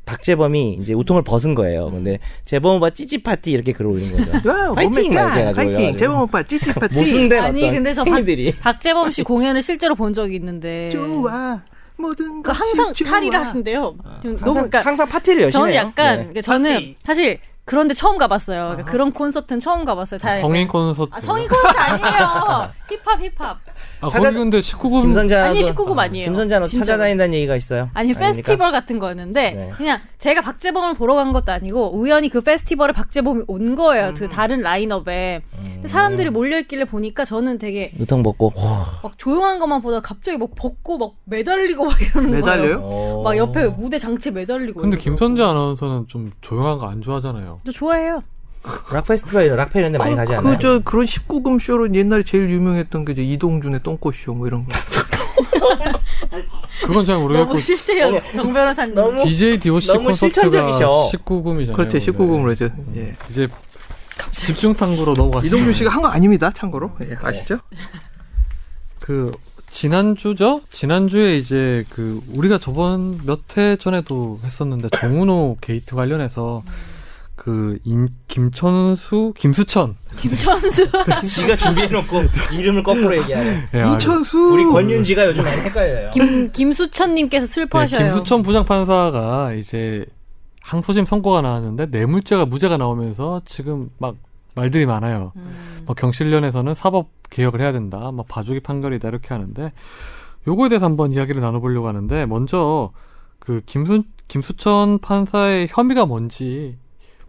[SPEAKER 2] 박재범이 이제 우통을 벗은
[SPEAKER 4] 음.
[SPEAKER 2] 거예요. 근데 재범 오빠 찌찌 파티 이렇게 글을 올린 거죠.
[SPEAKER 4] 와,
[SPEAKER 2] 파이팅!
[SPEAKER 4] 네,
[SPEAKER 2] 막 이렇게
[SPEAKER 4] 아, 뭐 몸매 짱!
[SPEAKER 2] 해가지고
[SPEAKER 4] 파이팅!
[SPEAKER 2] 올려가지고.
[SPEAKER 4] 재범 오빠 찌찌 파티.
[SPEAKER 2] 모순된
[SPEAKER 3] 아니,
[SPEAKER 2] 어떤
[SPEAKER 3] 근데 저 박-
[SPEAKER 2] 행위들이
[SPEAKER 3] 박재범 씨 공연을 실제로 본 적이 있는데
[SPEAKER 4] 좋아. 모든
[SPEAKER 3] 그
[SPEAKER 4] 것이
[SPEAKER 3] 항상
[SPEAKER 4] 좋아.
[SPEAKER 3] 탈의를 하신대요. 너무
[SPEAKER 2] 항상,
[SPEAKER 3] 그러니까
[SPEAKER 2] 항상 파티를 열심히
[SPEAKER 3] 저는
[SPEAKER 2] 해요.
[SPEAKER 3] 약간
[SPEAKER 2] 네.
[SPEAKER 3] 그러니까 저는
[SPEAKER 9] 파티. 아.
[SPEAKER 3] 사실 그런데 처음 가봤어요. 그러니까 그런 콘서트는 처음 가봤어요. 다
[SPEAKER 1] 성인 콘서트.
[SPEAKER 3] 아, 성인 콘서트 아니에요. 힙합 힙합.
[SPEAKER 1] 아,
[SPEAKER 2] 찾아-
[SPEAKER 1] 거기 근데 19금
[SPEAKER 2] 김선재
[SPEAKER 3] 아니
[SPEAKER 2] 아나운서-
[SPEAKER 3] 19금 아니에요.
[SPEAKER 2] 김선재 아나운서
[SPEAKER 3] 진짜로.
[SPEAKER 2] 찾아다닌다는 얘기가 있어요.
[SPEAKER 3] 아니
[SPEAKER 2] 아닙니까?
[SPEAKER 3] 페스티벌 같은 거였는데
[SPEAKER 2] 네.
[SPEAKER 3] 그냥 제가 박재범을 보러 간 것도 아니고 우연히 그 페스티벌에 박재범이 온 거예요.
[SPEAKER 2] 음.
[SPEAKER 3] 그 다른 라인업에 근데 사람들이 몰려 있길래 보니까 저는 되게
[SPEAKER 2] 우통 벗고
[SPEAKER 3] 막 조용한 것만 보다 가 갑자기 막 벗고 막 매달리고 막 이러는
[SPEAKER 4] 매달려요? 어.
[SPEAKER 3] 거예요. 막 옆에 무대 장치에 매달리고.
[SPEAKER 1] 근데
[SPEAKER 3] 이러고.
[SPEAKER 1] 김선재 아나운서는 좀 조용한 거 안 좋아하잖아요.
[SPEAKER 3] 저 좋아해요.
[SPEAKER 2] 락 페스티벌 락 페이런데 많이 가지 않아요?
[SPEAKER 4] 그저 그런 19금 쇼로 옛날에 제일 유명했던 게 이제 이동준의 똥꼬쇼 뭐 이런 거.
[SPEAKER 2] 네.
[SPEAKER 1] 그건 잘 모르겠고
[SPEAKER 3] 너무 싫대요, 정 변호사님.
[SPEAKER 1] DJ DOC
[SPEAKER 2] 너무
[SPEAKER 1] 콘서트가
[SPEAKER 2] 실천적이셔.
[SPEAKER 1] 19금이잖아요.
[SPEAKER 4] 그렇죠. 19금으로 이제.
[SPEAKER 2] 네.
[SPEAKER 4] 예.
[SPEAKER 1] 이제 집중 탐구로 넘어갔어요.
[SPEAKER 4] 이동준 씨가 한 거 아닙니다. 참고로. 예, 아시죠?
[SPEAKER 2] 네.
[SPEAKER 1] 그 지난주죠? 지난주에 이제 그 우리가 저번 몇 회 전에도 했었는데 정은호 게이트 관련해서 그 임, 김천수 김수천
[SPEAKER 3] 김천수.
[SPEAKER 6] 지가 준비해놓고 이름을 거꾸로 얘기하네
[SPEAKER 1] 예, 아,
[SPEAKER 4] 이천수.
[SPEAKER 6] 우리 권윤지가 요즘 많이 헷갈려요
[SPEAKER 3] 김 김수천님께서
[SPEAKER 1] 예,
[SPEAKER 3] 슬퍼하셔요.
[SPEAKER 1] 김수천 부장판사가 이제 항소심 선고가 나왔는데 뇌물죄가 무죄가 나오면서 지금 막 말들이 많아요.
[SPEAKER 3] 음.
[SPEAKER 1] 뭐 경실련에서는 사법 개혁을 해야 된다. 막 봐주기 판결이다 이렇게 하는데 요거에 대해서 한번 이야기를 나눠보려고 하는데 먼저 그 김수 김수천 판사의 혐의가 뭔지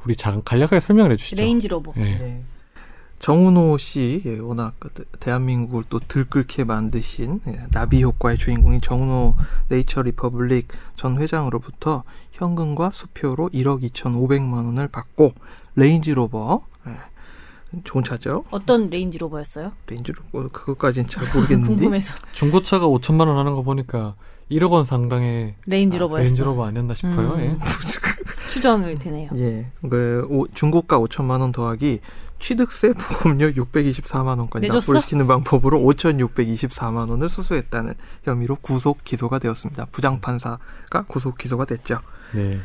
[SPEAKER 1] 우리 잠깐 간략하게 설명을 해주시죠.
[SPEAKER 3] 레인지 로버.
[SPEAKER 1] 예.
[SPEAKER 4] 네. 정은호 씨, 예, 워낙 그 대- 대한민국을 또 들끓게 만드신 예, 나비 효과의 주인공인 정은호 네이처 리퍼블릭 전 회장으로부터 현금과 수표로 1억 2,500만 원을 받고 레인지로버, 예, 좋은 차죠?
[SPEAKER 3] 어떤 레인지 로버였어요?
[SPEAKER 4] 음, 레인지로버 뭐 그것까지는 잘 모르겠는데
[SPEAKER 3] 궁금해서.
[SPEAKER 1] 중고차가 5천만 원 하는 거 보니까 1억 원 상당의
[SPEAKER 3] 레인지 로버였어.
[SPEAKER 1] 아, 레인지로버 아니었나 싶어요.
[SPEAKER 3] 음.
[SPEAKER 1] 예.
[SPEAKER 3] 추정을 되네요.
[SPEAKER 4] 예, 그 오- 중고가 5천만 원 더하기 취득세 보험료 624만 원까지
[SPEAKER 3] 내줬어?
[SPEAKER 4] 납부를 시키는 방법으로 5,624만 원을 수수했다는 혐의로 구속 기소가 되었습니다. 부장 판사가 구속 기소가 됐죠.
[SPEAKER 1] 네.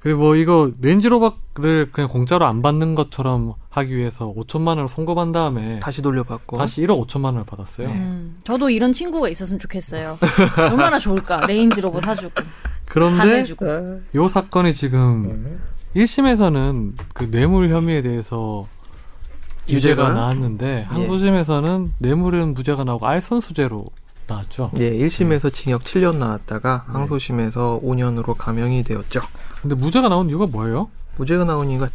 [SPEAKER 1] 그리고 뭐 이거 레인지로버를 그냥 공짜로 안 받는 것처럼 하기 위해서 5천만 원을 송금한 다음에
[SPEAKER 4] 다시 돌려받고
[SPEAKER 1] 네.
[SPEAKER 4] 네.
[SPEAKER 1] 다시 1억 5천만 원을 받았어요.
[SPEAKER 3] 음, 저도 이런 친구가 있었으면 좋겠어요. 얼마나 좋을까? 레인지 로버 사주고
[SPEAKER 1] 그런데
[SPEAKER 3] 반해주고.
[SPEAKER 1] 요 사건이 지금
[SPEAKER 4] 네.
[SPEAKER 1] 1심에서는 그 뇌물 혐의에 대해서 유죄가
[SPEAKER 4] 유죄가?
[SPEAKER 3] 예.
[SPEAKER 1] 나왔는데 항소심에서는 뇌물은 무죄가 나오고 알선수죄로 나왔죠.
[SPEAKER 4] 예, 1심에서
[SPEAKER 1] 네.
[SPEAKER 4] 징역 7년 나왔다가 항소심에서 5년으로 감형이 되었죠.
[SPEAKER 1] 근데 무죄가 나온 이유가 뭐예요?
[SPEAKER 4] 무죄가 나온 이유가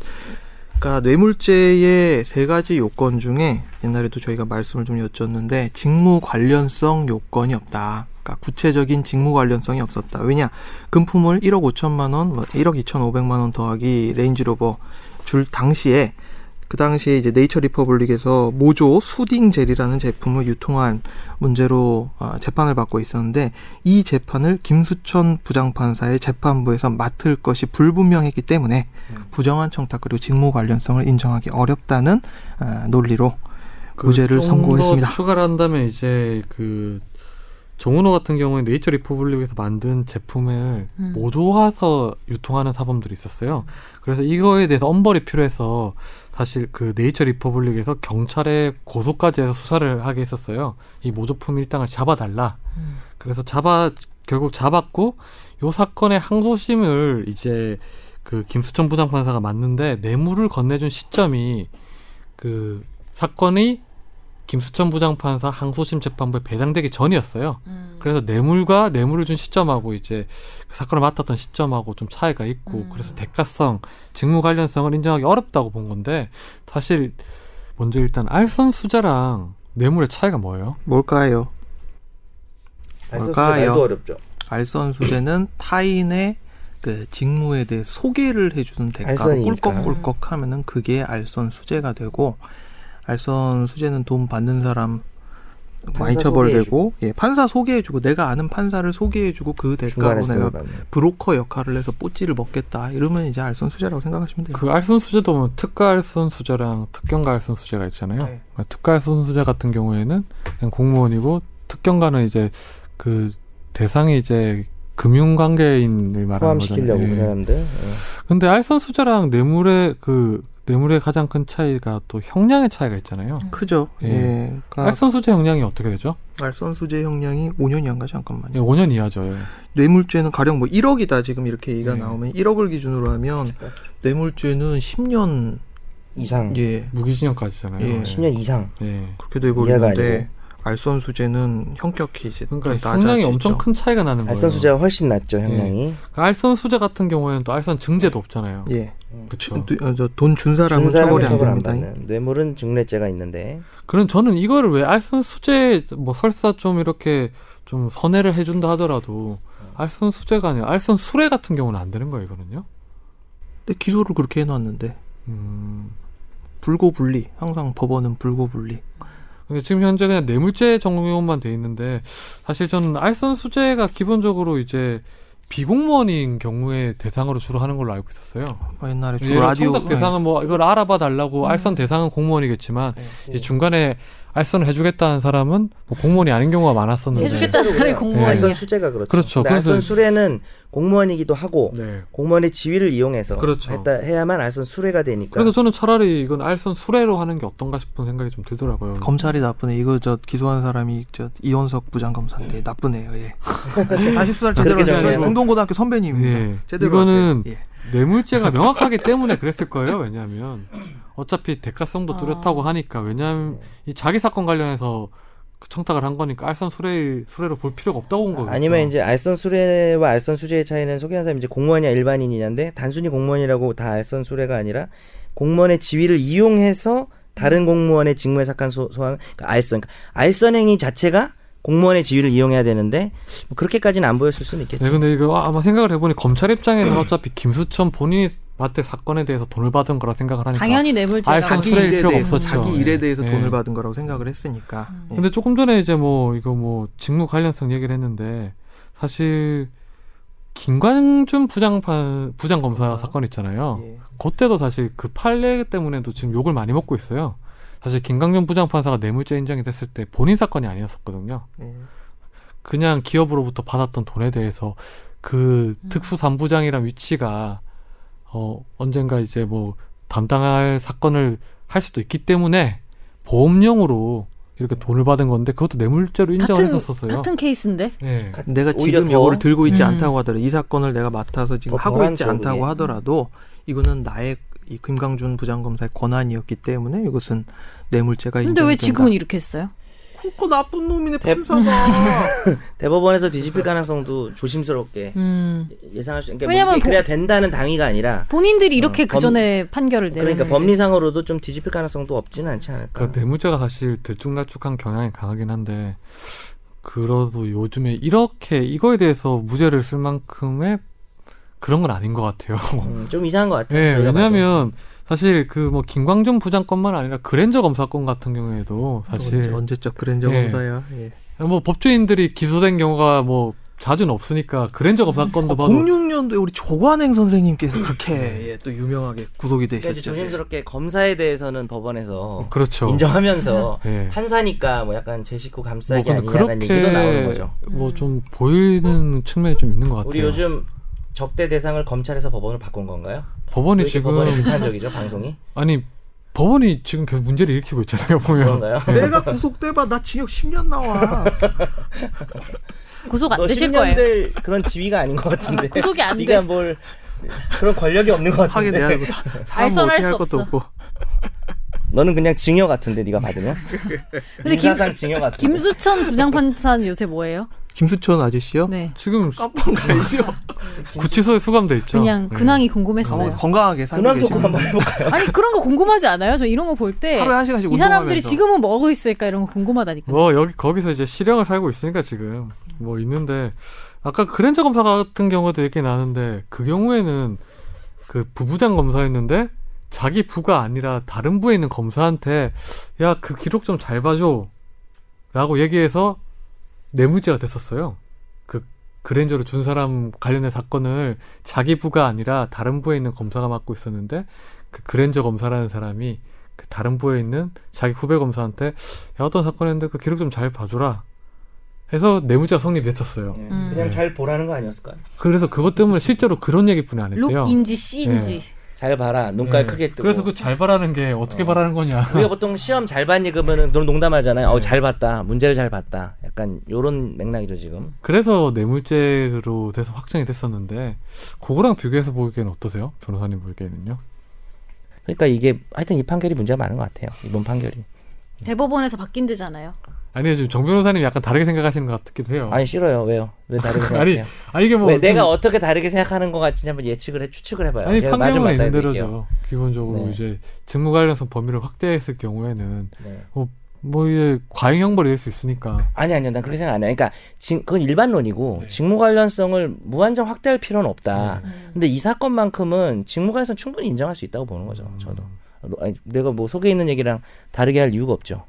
[SPEAKER 4] 그러니까 뇌물죄의 세 가지 요건 중에 옛날에도 저희가 말씀을 좀 여쭸는데 직무 관련성 요건이 없다. 그러니까 구체적인 직무 관련성이 없었다. 왜냐? 금품을 1억 5천만 원, 뭐 1억 2,500만 원 더하기 레인지로버 뭐 줄 당시에 그 당시에 이제 네이처 리퍼블릭에서 모조 수딩 젤이라는 제품을 유통한 문제로 어, 재판을 받고 있었는데 이 재판을 김수천 부장판사의 재판부에서 맡을 것이 불분명했기 때문에 부정한 청탁 그리고 직무 관련성을 인정하기 어렵다는 어, 논리로
[SPEAKER 1] 그
[SPEAKER 4] 무죄를
[SPEAKER 1] 좀더
[SPEAKER 4] 선고했습니다.
[SPEAKER 1] 추가를 한다면 이제 그 정은호 같은 경우에 네이처 리퍼블릭에서 만든 제품을
[SPEAKER 3] 음.
[SPEAKER 1] 모조화서 유통하는 사범들이 있었어요. 그래서 이거에 대해서 엄벌이 필요해서 사실 그 네이처 리퍼블릭에서 경찰에 고소까지 해서 수사를 하게 했었어요. 이 모조품 일당을 잡아달라.
[SPEAKER 4] 음.
[SPEAKER 1] 그래서 잡아 결국 잡았고 요 사건의 항소심을 이제 그 김수천 부장판사가 맞는데 뇌물을 건네준 시점이 그 사건이 김수천 부장판사 항소심 재판부에 배당되기 전이었어요.
[SPEAKER 3] 음.
[SPEAKER 1] 그래서 뇌물과 뇌물을 준 시점하고 이제 그 사건을 맡았던 시점하고 좀 차이가 있고
[SPEAKER 2] 음.
[SPEAKER 1] 그래서 대가성, 직무 관련성을 인정하기 어렵다고 본 건데 사실 먼저 일단 알선 수재랑 뇌물의 차이가 뭐예요?
[SPEAKER 4] 뭘까요? 뭘까요?
[SPEAKER 2] 말도 어렵죠.
[SPEAKER 4] 알선 수재는 타인의 그 직무에 대해 소개를 해주는 대가로
[SPEAKER 2] 알선이니까.
[SPEAKER 4] 꿀꺽꿀꺽 하면은 그게 알선 수재가 되고 알선 수재는 돈 받는 사람 많이
[SPEAKER 2] 판사
[SPEAKER 4] 처벌되고 예, 판사 소개해주고 내가 아는 판사를 소개해주고 그 대가로
[SPEAKER 2] 중간에서
[SPEAKER 4] 내가
[SPEAKER 2] 받는.
[SPEAKER 4] 브로커 역할을 해서 뽀찌를 먹겠다 이러면 이제 알선 수재라고 생각하시면 돼요.
[SPEAKER 1] 그 알선 수재도 보면 특가 알선 수재랑 특경가 알선 수재가 있잖아요.
[SPEAKER 2] 네.
[SPEAKER 1] 그러니까 특가 알선 수재 같은 경우에는 그냥 공무원이고 특경가는 이제 그 대상이 이제 금융 관계인을 말하는 거잖아요.
[SPEAKER 2] 포함시키려고
[SPEAKER 1] 예.
[SPEAKER 2] 그 사람들. 예.
[SPEAKER 1] 근데 알선 수재랑 뇌물의 그 뇌물의 가장 큰 차이가 또 형량의 차이가 있잖아요.
[SPEAKER 4] 크죠.
[SPEAKER 1] 예.
[SPEAKER 4] 예. 그러니까
[SPEAKER 1] 알선 수재 형량이 어떻게 되죠?
[SPEAKER 4] 알선 수재 형량이 5년이한가 잠깐만요.
[SPEAKER 1] 예, 5년 이하죠. 예.
[SPEAKER 4] 뇌물죄는 가령 뭐 1억이다 지금 이렇게 얘기가
[SPEAKER 1] 네.
[SPEAKER 4] 나오면 1억을 기준으로 하면 뇌물죄는 10년
[SPEAKER 2] 이상.
[SPEAKER 4] 예
[SPEAKER 1] 무기징역까지잖아요.
[SPEAKER 4] 예.
[SPEAKER 2] 10년 이상.
[SPEAKER 1] 예.
[SPEAKER 4] 그렇게
[SPEAKER 2] 이해가
[SPEAKER 4] 돼버리는데
[SPEAKER 2] 아니고.
[SPEAKER 4] 알선 수재는 형격히 이제
[SPEAKER 1] 그러니까
[SPEAKER 4] 좀
[SPEAKER 1] 형량이
[SPEAKER 4] 낮아지죠.
[SPEAKER 1] 엄청 큰 차이가 나는 거예요.
[SPEAKER 2] 아,
[SPEAKER 1] 그러니까
[SPEAKER 2] 알선 수재가 훨씬 낫죠 형량이.
[SPEAKER 1] 알선 수재 같은 경우에는 또 알선 증제도 없잖아요.
[SPEAKER 4] 예.
[SPEAKER 1] 그렇죠.
[SPEAKER 4] 저돈 준 사람은
[SPEAKER 2] 준 사람은
[SPEAKER 4] 처벌이 안
[SPEAKER 2] 처벌 안
[SPEAKER 4] 됩니다.
[SPEAKER 2] 받는. 뇌물은 증례죄가 있는데.
[SPEAKER 1] 그럼 저는 이거를 왜 알선 수재 뭐 설사 좀 이렇게 좀 선회를 해준다 하더라도 알선 수재가 아니라 알선 수뢰 같은 경우는 안 되는 거예요, 이거는요.
[SPEAKER 4] 근데 기소를 그렇게 해놨는데
[SPEAKER 1] 음.
[SPEAKER 4] 불고불리 항상 법원은 불고불리.
[SPEAKER 1] 근데 지금 현재 그냥 뇌물죄 적용만 돼 있는데 사실 저는 알선 수재가 기본적으로 이제 비공무원인 경우에 대상으로 주로 하는 걸로 알고 있었어요.
[SPEAKER 4] 뭐 옛날에 아, 주
[SPEAKER 1] 예를 들어
[SPEAKER 4] 라디오 네.
[SPEAKER 1] 청탁 대상은 뭐 이걸 알아봐
[SPEAKER 7] 음.
[SPEAKER 1] 달라고 알선 대상은 공무원이겠지만
[SPEAKER 4] 네.
[SPEAKER 1] 이 중간에 알선을 해주겠다는 사람은 뭐 공무원이 아닌 경우가 많았었는데
[SPEAKER 7] 해주겠다는 사람이 공무원이야.
[SPEAKER 2] 알선 수재가 그렇죠.
[SPEAKER 1] 그렇죠.
[SPEAKER 2] 근데 알선
[SPEAKER 1] 그래서-
[SPEAKER 2] 수뢰는 공무원이기도 하고
[SPEAKER 1] 네.
[SPEAKER 2] 공무원의 지위를 이용해서
[SPEAKER 1] 그렇죠.
[SPEAKER 2] 했다 해야만 알선 수뢰가 되니까.
[SPEAKER 1] 그래서 저는 차라리 이건 알선 수레로 하는 게 어떤가 싶은 생각이 좀 들더라고요.
[SPEAKER 4] 검찰이 나쁘네. 이거 저 기소한 사람이 저 이원석 부장검사인데 나쁘네요. 예. 40살 제대로
[SPEAKER 2] 그렇게
[SPEAKER 4] 한 아, 저희
[SPEAKER 2] 정리하면-
[SPEAKER 4] 중동고등학교 선배님입니다.
[SPEAKER 1] 예.
[SPEAKER 4] 제대로
[SPEAKER 1] 이거는
[SPEAKER 4] 하세요. 예.
[SPEAKER 1] 뇌물죄가 명확하기 때문에 그랬을 거예요. 왜냐하면 어차피 대가성도
[SPEAKER 2] 아.
[SPEAKER 1] 뚜렷하고 하니까 왜냐하면
[SPEAKER 2] 네.
[SPEAKER 1] 이 자기 사건 관련해서 그 청탁을 한 거니까 알선 수레 수레로 볼 필요가 없다고 본 거예요.
[SPEAKER 2] 아니면 이제 알선 수뢰와 알선 수재의 차이는 소개한 사람이 이제 공무원이냐 일반인이냐인데 단순히 공무원이라고 다 알선 수뢰가 아니라 공무원의 지위를 이용해서 다른 공무원의 직무에 속한 소, 소환 그러니까 알선 그러니까 알선 행위 자체가 공무원의 지위를 이용해야 되는데 뭐 그렇게까지는 안 보였을 수는 있겠죠.
[SPEAKER 1] 네, 근데 이거 아마 생각을 해보니 검찰 입장에서는
[SPEAKER 2] 음.
[SPEAKER 1] 어차피 김수천 본인이 맡을 사건에 대해서 돈을 받은 거라 생각을 하니까 그
[SPEAKER 7] 당연히 뇌물죄가
[SPEAKER 1] 알선
[SPEAKER 4] 자기
[SPEAKER 1] 수레일
[SPEAKER 4] 일에
[SPEAKER 1] 필요가
[SPEAKER 4] 대해서
[SPEAKER 1] 없었죠.
[SPEAKER 4] 자기
[SPEAKER 1] 예.
[SPEAKER 4] 일에 대해서
[SPEAKER 1] 예.
[SPEAKER 4] 돈을 받은 거라고 생각을 했으니까. 예.
[SPEAKER 1] 근데 조금 전에 이제 뭐 이거 뭐 직무 관련성 얘기를 했는데 사실 김관준 부장판 부장검사 사건 있잖아요.
[SPEAKER 4] 예.
[SPEAKER 1] 그때도 사실 그 판례 때문에도 지금 욕을 많이 먹고 있어요. 사실 김강준 부장판사가 뇌물죄 인정이 됐을 때 본인 사건이 아니었었거든요.
[SPEAKER 4] 예.
[SPEAKER 1] 그냥 기업으로부터 받았던 돈에 대해서 그
[SPEAKER 7] 음.
[SPEAKER 1] 특수 삼부장이란 위치가 어 언젠가 이제 뭐 담당할 사건을 할 수도 있기 때문에 보험료로 이렇게 돈을 받은 건데 그것도 뇌물죄로 인정을 했었었어요.
[SPEAKER 7] 같은 케이스인데
[SPEAKER 1] 예.
[SPEAKER 4] 내가
[SPEAKER 2] 오히려
[SPEAKER 4] 지금
[SPEAKER 2] 더-
[SPEAKER 4] 이거를 들고 있지
[SPEAKER 7] 음.
[SPEAKER 4] 않다고 하더라도 이 사건을 내가 맡아서 지금
[SPEAKER 2] 더 예.
[SPEAKER 4] 하고
[SPEAKER 2] 벌한
[SPEAKER 4] 있지
[SPEAKER 2] 지역이네.
[SPEAKER 4] 않다고 하더라도 이거는 나의 이 김강준 부장검사의 권한이었기 때문에 이것은 뇌물죄가
[SPEAKER 7] 근데
[SPEAKER 4] 인정된다.
[SPEAKER 7] 왜 지금은 이렇게 했어요?
[SPEAKER 4] 그거 나쁜 놈이네
[SPEAKER 2] 대-
[SPEAKER 4] 판사가.
[SPEAKER 2] 대법원에서 뒤집힐 가능성도 조심스럽게
[SPEAKER 7] 음.
[SPEAKER 2] 예상할 수. 그러니까
[SPEAKER 7] 왜냐면
[SPEAKER 2] 왜냐면 그래야 된다는 당위가 아니라
[SPEAKER 7] 본인들이 이렇게
[SPEAKER 2] 어,
[SPEAKER 7] 그 전에 판결을 내는
[SPEAKER 2] 그러니까 법리상으로도 좀 뒤집힐 가능성도 없지는 않지 않을까.
[SPEAKER 1] 그러니까 뇌물죄가 사실 들쭉날쭉한 경향이 강하긴 한데 그래도 요즘에 이렇게 이거에 대해서 무죄를 쓸 만큼의 그런 건 아닌 것 같아요.
[SPEAKER 2] 음, 좀 이상한 것 같아요.
[SPEAKER 1] 예,
[SPEAKER 2] 그러니까 저희가 봐도.
[SPEAKER 1] 왜냐하면 사실 그 뭐 김광준 부장건만 아니라 그랜저 검사 건 같은 경우에도 사실
[SPEAKER 4] 언제적 그랜저
[SPEAKER 1] 예.
[SPEAKER 4] 검사야. 예.
[SPEAKER 1] 뭐 법조인들이 기소된 경우가 뭐 자주는 없으니까 그랜저 검사
[SPEAKER 2] 어,
[SPEAKER 1] 건도 봐도
[SPEAKER 4] 06년도에 아, 우리 조관행 선생님께서 그렇게 예, 또 유명하게 구속이
[SPEAKER 2] 그러니까 이제
[SPEAKER 4] 되셨죠.
[SPEAKER 2] 조심스럽게 검사에 대해서는 법원에서
[SPEAKER 1] 그렇죠.
[SPEAKER 2] 인정하면서
[SPEAKER 1] 예.
[SPEAKER 2] 판사니까 뭐 약간 제 식구
[SPEAKER 1] 뭐
[SPEAKER 2] 감싸기
[SPEAKER 1] 근데
[SPEAKER 2] 아니냐라는 얘기도 나오는
[SPEAKER 1] 그렇게
[SPEAKER 2] 거죠.
[SPEAKER 1] 뭐 좀 보이는 측면이 좀 있는 것 같아요.
[SPEAKER 2] 우리 요즘 적대 대상을 검찰에서 법원으로 바꾼 건가요?
[SPEAKER 1] 법원이
[SPEAKER 2] 왜 이렇게
[SPEAKER 1] 지금 네.
[SPEAKER 2] 법원에 비판적이죠 방송이
[SPEAKER 1] 아니 법원이 지금 계속 문제를 일으키고 있잖아요 보면.
[SPEAKER 2] 그런가요?
[SPEAKER 4] 예. 내가 구속돼봐 나 징역 10년 나와.
[SPEAKER 7] 구속 안
[SPEAKER 2] 너
[SPEAKER 7] 되실 아, 거예요.
[SPEAKER 2] 10년들 그런 지위가 아닌 것 같은데.
[SPEAKER 7] 구속이 안
[SPEAKER 2] 네가
[SPEAKER 7] 돼.
[SPEAKER 2] 뭘 그런 권력이 없는 것 같은데.
[SPEAKER 4] 하긴 내가 이거 사- 사람 뭐
[SPEAKER 7] 알선할
[SPEAKER 4] 어떻게 할
[SPEAKER 7] 수
[SPEAKER 4] 것도
[SPEAKER 7] 없어.
[SPEAKER 4] 없고
[SPEAKER 2] 너는 그냥 징역 같은데 네가 받으면
[SPEAKER 7] 근데 김,
[SPEAKER 2] 인사상 징역 같은
[SPEAKER 7] 김수천 부장판사는 요새 뭐예요?
[SPEAKER 4] 김수천 아저씨요?
[SPEAKER 7] 네.
[SPEAKER 1] 지금
[SPEAKER 4] 깜빵 가이죠.
[SPEAKER 1] 구치소에 수감돼 있죠.
[SPEAKER 7] 그냥
[SPEAKER 1] 네.
[SPEAKER 7] 근황이
[SPEAKER 2] 아,
[SPEAKER 7] 궁금했어요.
[SPEAKER 4] 건강하게 살고
[SPEAKER 2] 근황 토크
[SPEAKER 4] 계시는
[SPEAKER 2] 한번 해볼까요?
[SPEAKER 7] 아니 그런 거 궁금하지 않아요? 저 이런 거 볼 때
[SPEAKER 4] 하루에
[SPEAKER 7] 이
[SPEAKER 4] 한 시간씩
[SPEAKER 7] 사람들이
[SPEAKER 4] 운동하면서.
[SPEAKER 7] 지금은 뭐하고 있을까 이런 거 궁금하다니까.
[SPEAKER 1] 뭐 여기 거기서 이제 실형을 살고 있으니까 지금 뭐 있는데 아까 그랜저 검사 같은 경우도 얘기 나는데 그 경우에는 그 부부장 검사였는데 자기 부가 아니라 다른 부에 있는 검사한테 야 그 기록 좀 잘 봐줘라고 얘기해서 뇌물죄가 됐었어요. 그 그랜저를 준 사람 관련된 사건을 자기 부가 아니라 다른 부에 있는 검사가 맡고 있었는데 그 그랜저 검사라는 사람이 그 다른 부에 있는 자기 후배 검사한테 야, 어떤 사건인데 그 기록 좀 잘 봐줘라. 해서 내무죄가 성립됐었어요.
[SPEAKER 7] 음.
[SPEAKER 2] 그냥 잘 보라는 거 아니었을까요?
[SPEAKER 1] 그래서 그것 때문에 실제로 그런 얘기뿐이 안 했대요.
[SPEAKER 7] 룩인지
[SPEAKER 4] 네.
[SPEAKER 7] 씨인지.
[SPEAKER 2] 잘 봐라 눈깔
[SPEAKER 1] 예.
[SPEAKER 2] 네. 크게 뜨고
[SPEAKER 1] 그래서 그 잘 바라는 게 어떻게 바라는 거냐.
[SPEAKER 2] 우리가 보통 시험 잘 봤니 그러면은 너는 농담하잖아요. 어 잘 봤다. 문제를 잘 봤다. 약간 요런 맥락이죠 지금.
[SPEAKER 1] 그래서 뇌물죄로 돼서 확정이 됐었는데 그거랑 비교해서 보기에는 어떠세요? 변호사님 보기에는요?
[SPEAKER 2] 그러니까 이게 하여튼 이 판결이 문제가 많은 것 같아요. 이번 판결이.
[SPEAKER 7] 대법원에서 바뀐대잖아요.
[SPEAKER 1] 아니 지금 정 변호사님 이 약간 다르게 생각하시는 것 같기도 해요.
[SPEAKER 2] 아니 싫어요. 왜요? 왜 다르게
[SPEAKER 1] 아니,
[SPEAKER 2] 생각해요?
[SPEAKER 1] 아니, 이게 뭐
[SPEAKER 2] 왜 내가 어떻게 다르게 생각하는 것 같지 한번 예측을 해 추측을 해봐요.
[SPEAKER 1] 아니
[SPEAKER 2] 제가 맞으면
[SPEAKER 1] 판결문에
[SPEAKER 2] 맞다
[SPEAKER 1] 있는
[SPEAKER 2] 해드릴게요.
[SPEAKER 1] 대로죠. 기본적으로
[SPEAKER 2] 네.
[SPEAKER 1] 이제 직무 관련성 범위를 확대했을 경우에는
[SPEAKER 2] 네.
[SPEAKER 1] 뭐 이제 과잉형벌이 될 수 있으니까
[SPEAKER 2] 아니 아니요 난 그렇게 생각 안 해요. 그러니까 지, 그건 일반론이고
[SPEAKER 1] 네.
[SPEAKER 2] 직무 관련성을 무한정 확대할 필요는 없다.
[SPEAKER 1] 음.
[SPEAKER 2] 근데 이 사건만큼은 직무 관련성 충분히 인정할 수 있다고 보는 거죠. 저도
[SPEAKER 1] 음.
[SPEAKER 2] 아니, 내가 뭐 속에 있는 얘기랑 다르게 할 이유가 없죠.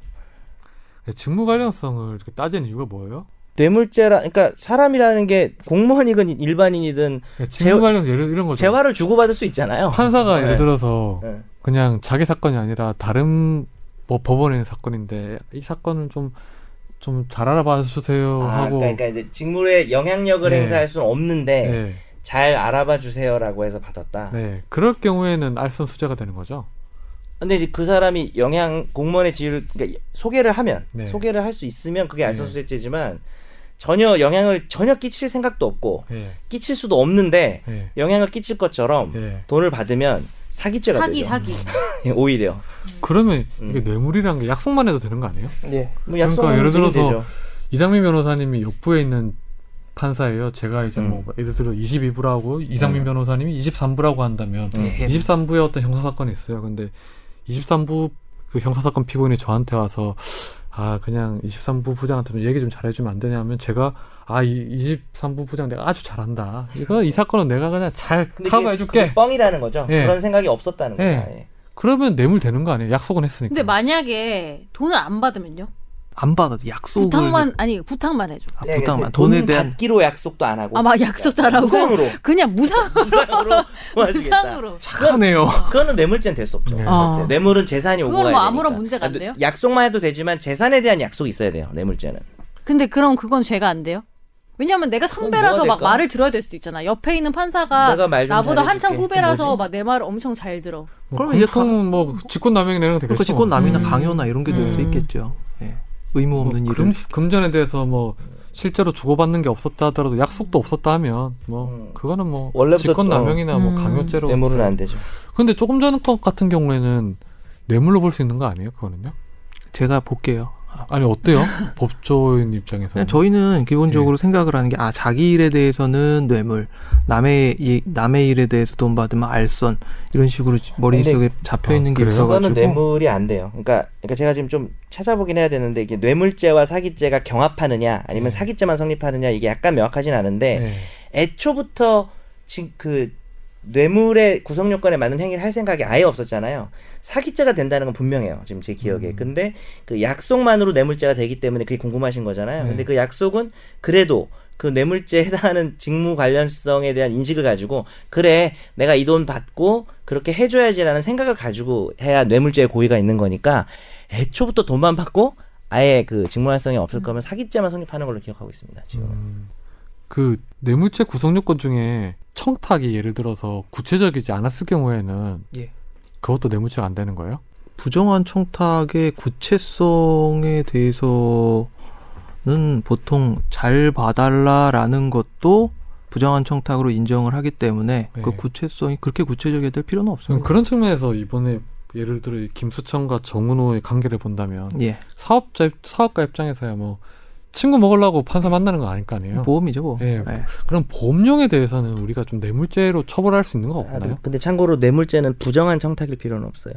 [SPEAKER 1] 직무 관련성을 이렇게 따지는 이유가 뭐예요?
[SPEAKER 2] 뇌물죄라 그러니까 사람이라는 게 공무원이든 일반인이든
[SPEAKER 1] 그러니까 직무
[SPEAKER 2] 재화-
[SPEAKER 1] 관련 예를 이런 거죠.
[SPEAKER 2] 재화를 주고받을 수 있잖아요.
[SPEAKER 1] 판사가
[SPEAKER 2] 네.
[SPEAKER 1] 예를 들어서
[SPEAKER 2] 네.
[SPEAKER 1] 그냥 자기 사건이 아니라 다른 뭐 법원에 있는 사건인데 이 사건을 좀 좀 잘 알아봐 주세요
[SPEAKER 2] 아,
[SPEAKER 1] 어, 하고
[SPEAKER 2] 그러니까 이제 직무에 영향력을
[SPEAKER 1] 네.
[SPEAKER 2] 행사할 수는 없는데
[SPEAKER 1] 네,
[SPEAKER 2] 잘 알아봐 주세요라고 해서 받았다.
[SPEAKER 1] 네. 그럴 경우에는 알선 수재가 되는 거죠.
[SPEAKER 2] 근데 이제 그 사람이 영향 공무원의 지위를 그러니까 소개를 하면
[SPEAKER 1] 네.
[SPEAKER 2] 소개를 할 수 있으면 그게 알선수재죄지만 전혀 영향을 전혀 끼칠 생각도 없고
[SPEAKER 1] 예,
[SPEAKER 2] 끼칠 수도 없는데
[SPEAKER 1] 예,
[SPEAKER 2] 영향을 끼칠 것처럼
[SPEAKER 1] 예.
[SPEAKER 2] 돈을 받으면 사기죄가
[SPEAKER 7] 사기
[SPEAKER 2] 되죠.
[SPEAKER 7] 사기.
[SPEAKER 2] 오히려
[SPEAKER 1] 그러면 이게
[SPEAKER 2] 음.
[SPEAKER 1] 뇌물이라는 게 약속만 해도 되는 거 아니에요?
[SPEAKER 4] 예.
[SPEAKER 2] 뭐 약속하면
[SPEAKER 1] 그러니까 예를
[SPEAKER 2] 되긴
[SPEAKER 1] 들어서
[SPEAKER 2] 되죠.
[SPEAKER 1] 이상민 변호사님이 옆부에 있는 판사예요. 제가 이제
[SPEAKER 2] 음.
[SPEAKER 1] 뭐 예를 들어 22부라고 이상민 변호사님이 23부라고 한다면
[SPEAKER 2] 음.
[SPEAKER 1] 23부에 어떤 형사 사건이 있어요. 근데 23부 그 형사 사건 피고인이 저한테 와서 아 그냥 23부 부장한테 좀 얘기 좀 잘해주면 안 되냐면 제가 아 이 23부 부장 내가 아주 잘한다. 이거 이 사건은 내가 그냥 잘
[SPEAKER 2] 근데 그게- 그게
[SPEAKER 1] 커버해줄게.
[SPEAKER 2] 뻥이라는 거죠.
[SPEAKER 1] 예.
[SPEAKER 2] 그런 생각이 없었다는
[SPEAKER 1] 예.
[SPEAKER 2] 거죠. 예.
[SPEAKER 1] 그러면 뇌물 되는 거 아니에요? 약속은 했으니까.
[SPEAKER 7] 근데 만약에 돈을 안 받으면요?
[SPEAKER 4] 안 받아도 약속을
[SPEAKER 7] 부탁만 아니 부탁만 해줘.
[SPEAKER 4] 아,
[SPEAKER 2] 예,
[SPEAKER 4] 부탁만
[SPEAKER 2] 돈
[SPEAKER 4] 돈에 대한
[SPEAKER 2] 받기로 약속도 안 하고
[SPEAKER 7] 아 막 약속 잘하고
[SPEAKER 2] 무상으로
[SPEAKER 7] 그냥 무상
[SPEAKER 2] 무상으로 도와주겠다.
[SPEAKER 7] 무상으로.
[SPEAKER 4] 착하네요.
[SPEAKER 2] 그거는 뇌물죄는 될 수 없죠.
[SPEAKER 1] 네.
[SPEAKER 7] 어.
[SPEAKER 2] 절대. 뇌물은 재산이 오고
[SPEAKER 7] 그건
[SPEAKER 2] 가야
[SPEAKER 7] 뭐 아무런
[SPEAKER 2] 되니까.
[SPEAKER 7] 문제가 안
[SPEAKER 2] 아,
[SPEAKER 7] 돼요?
[SPEAKER 2] 약속만 해도 되지만 재산에 대한 약속이 있어야 돼요. 뇌물죄는.
[SPEAKER 7] 근데 그럼 그건 죄가 안 돼요? 왜냐면 내가 선배라서
[SPEAKER 2] 뭐가
[SPEAKER 7] 막
[SPEAKER 2] 될까?
[SPEAKER 7] 말을 들어야 될 수도 있잖아. 옆에 있는 판사가
[SPEAKER 2] 내가 말좀
[SPEAKER 7] 나보다
[SPEAKER 2] 잘해줄게. 그
[SPEAKER 7] 한창 후배라서
[SPEAKER 2] 뭐지?
[SPEAKER 7] 막 내 말을 엄청 잘 들어.
[SPEAKER 1] 뭐
[SPEAKER 4] 그럼 이제
[SPEAKER 1] 금품은 뭐 직권남용이 내는 거 되겠죠.
[SPEAKER 4] 그 직권남이나
[SPEAKER 1] 음.
[SPEAKER 4] 강요나 이런 게 될 수
[SPEAKER 1] 음.
[SPEAKER 4] 있겠죠. 예. 의무 없는
[SPEAKER 1] 뭐
[SPEAKER 4] 일을.
[SPEAKER 1] 금, 금전에 대해서 뭐 실제로 주고받는 게 없었다 하더라도 약속도 없었다 하면 뭐
[SPEAKER 2] 음.
[SPEAKER 1] 그거는 뭐
[SPEAKER 2] 원래부터
[SPEAKER 1] 직권 남용이나 뭐
[SPEAKER 7] 음.
[SPEAKER 1] 강요죄로
[SPEAKER 2] 뇌물은 안 되죠.
[SPEAKER 1] 근데 조금 전 것 같은 경우에는 뇌물로 볼 수 있는 거 아니에요 그거는요
[SPEAKER 4] 제가 볼게요.
[SPEAKER 1] 아니 어때요 법조인 입장에서
[SPEAKER 4] 그냥 저희는
[SPEAKER 1] 예.
[SPEAKER 4] 기본적으로 생각을 하는 게, 아, 자기 일에 대해서는 뇌물, 남의, 일, 남의 일에 대해서 돈 받으면 알선, 이런 식으로 머릿속에 잡혀있는 게
[SPEAKER 1] 아, 그래요?
[SPEAKER 2] 그거는
[SPEAKER 4] 있어가지고.
[SPEAKER 2] 뇌물이 안 돼요. 그러니까, 그러니까 제가 지금 좀 찾아보긴 해야 되는데 이게 뇌물죄와 사기죄가 경합하느냐 아니면 사기죄만 성립하느냐 이게 약간 명확하진 않은데
[SPEAKER 1] 네.
[SPEAKER 2] 애초부터 지- 그 뇌물의 구성 요건에 맞는 행위를 할 생각이 아예 없었잖아요. 사기죄가 된다는 건 분명해요. 지금 제 기억에. 근데 그 약속만으로 뇌물죄가 되기 때문에 그게 궁금하신 거잖아요. 근데 그 약속은 그래도 그 뇌물죄에 해당하는 직무 관련성에 대한 인식을 가지고 그래 내가 이 돈 받고 그렇게 해줘야지라는 생각을 가지고 해야 뇌물죄의 고의가 있는 거니까 애초부터 돈만 받고 아예 그 직무 관련성이 없을 거면 사기죄만 성립하는 걸로 기억하고 있습니다. 지금.
[SPEAKER 1] 그 뇌물죄 구성 요건 중에 청탁이 예를 들어서 구체적이지 않았을 경우에는
[SPEAKER 4] 예.
[SPEAKER 1] 그것도 뇌물죄가 안 되는 거예요
[SPEAKER 4] 부정한 청탁의 구체성에 대해서는 보통 잘 봐달라라는 것도 부정한 청탁으로 인정을 하기 때문에
[SPEAKER 1] 네.
[SPEAKER 4] 그 구체성이 그렇게 구체적이야 될 필요는
[SPEAKER 1] 저는
[SPEAKER 4] 없습니다.
[SPEAKER 1] 그런 측면에서 이번에 예를 들어 이 김수천과 정은호의 관계를 본다면
[SPEAKER 4] 예.
[SPEAKER 1] 사업자 입- 사업가 입장에서야 뭐 친구 먹으려고 판사 만나는 거 아닐 거 아니에요.
[SPEAKER 4] 보험이죠, 보험.
[SPEAKER 1] 예.
[SPEAKER 4] 예.
[SPEAKER 1] 그럼 보험료에 대해서는 우리가 좀 뇌물죄로 처벌할 수 있는 거 없나요?
[SPEAKER 2] 아, 네. 근데 참고로 뇌물죄는 부정한 청탁일 필요는 없어요.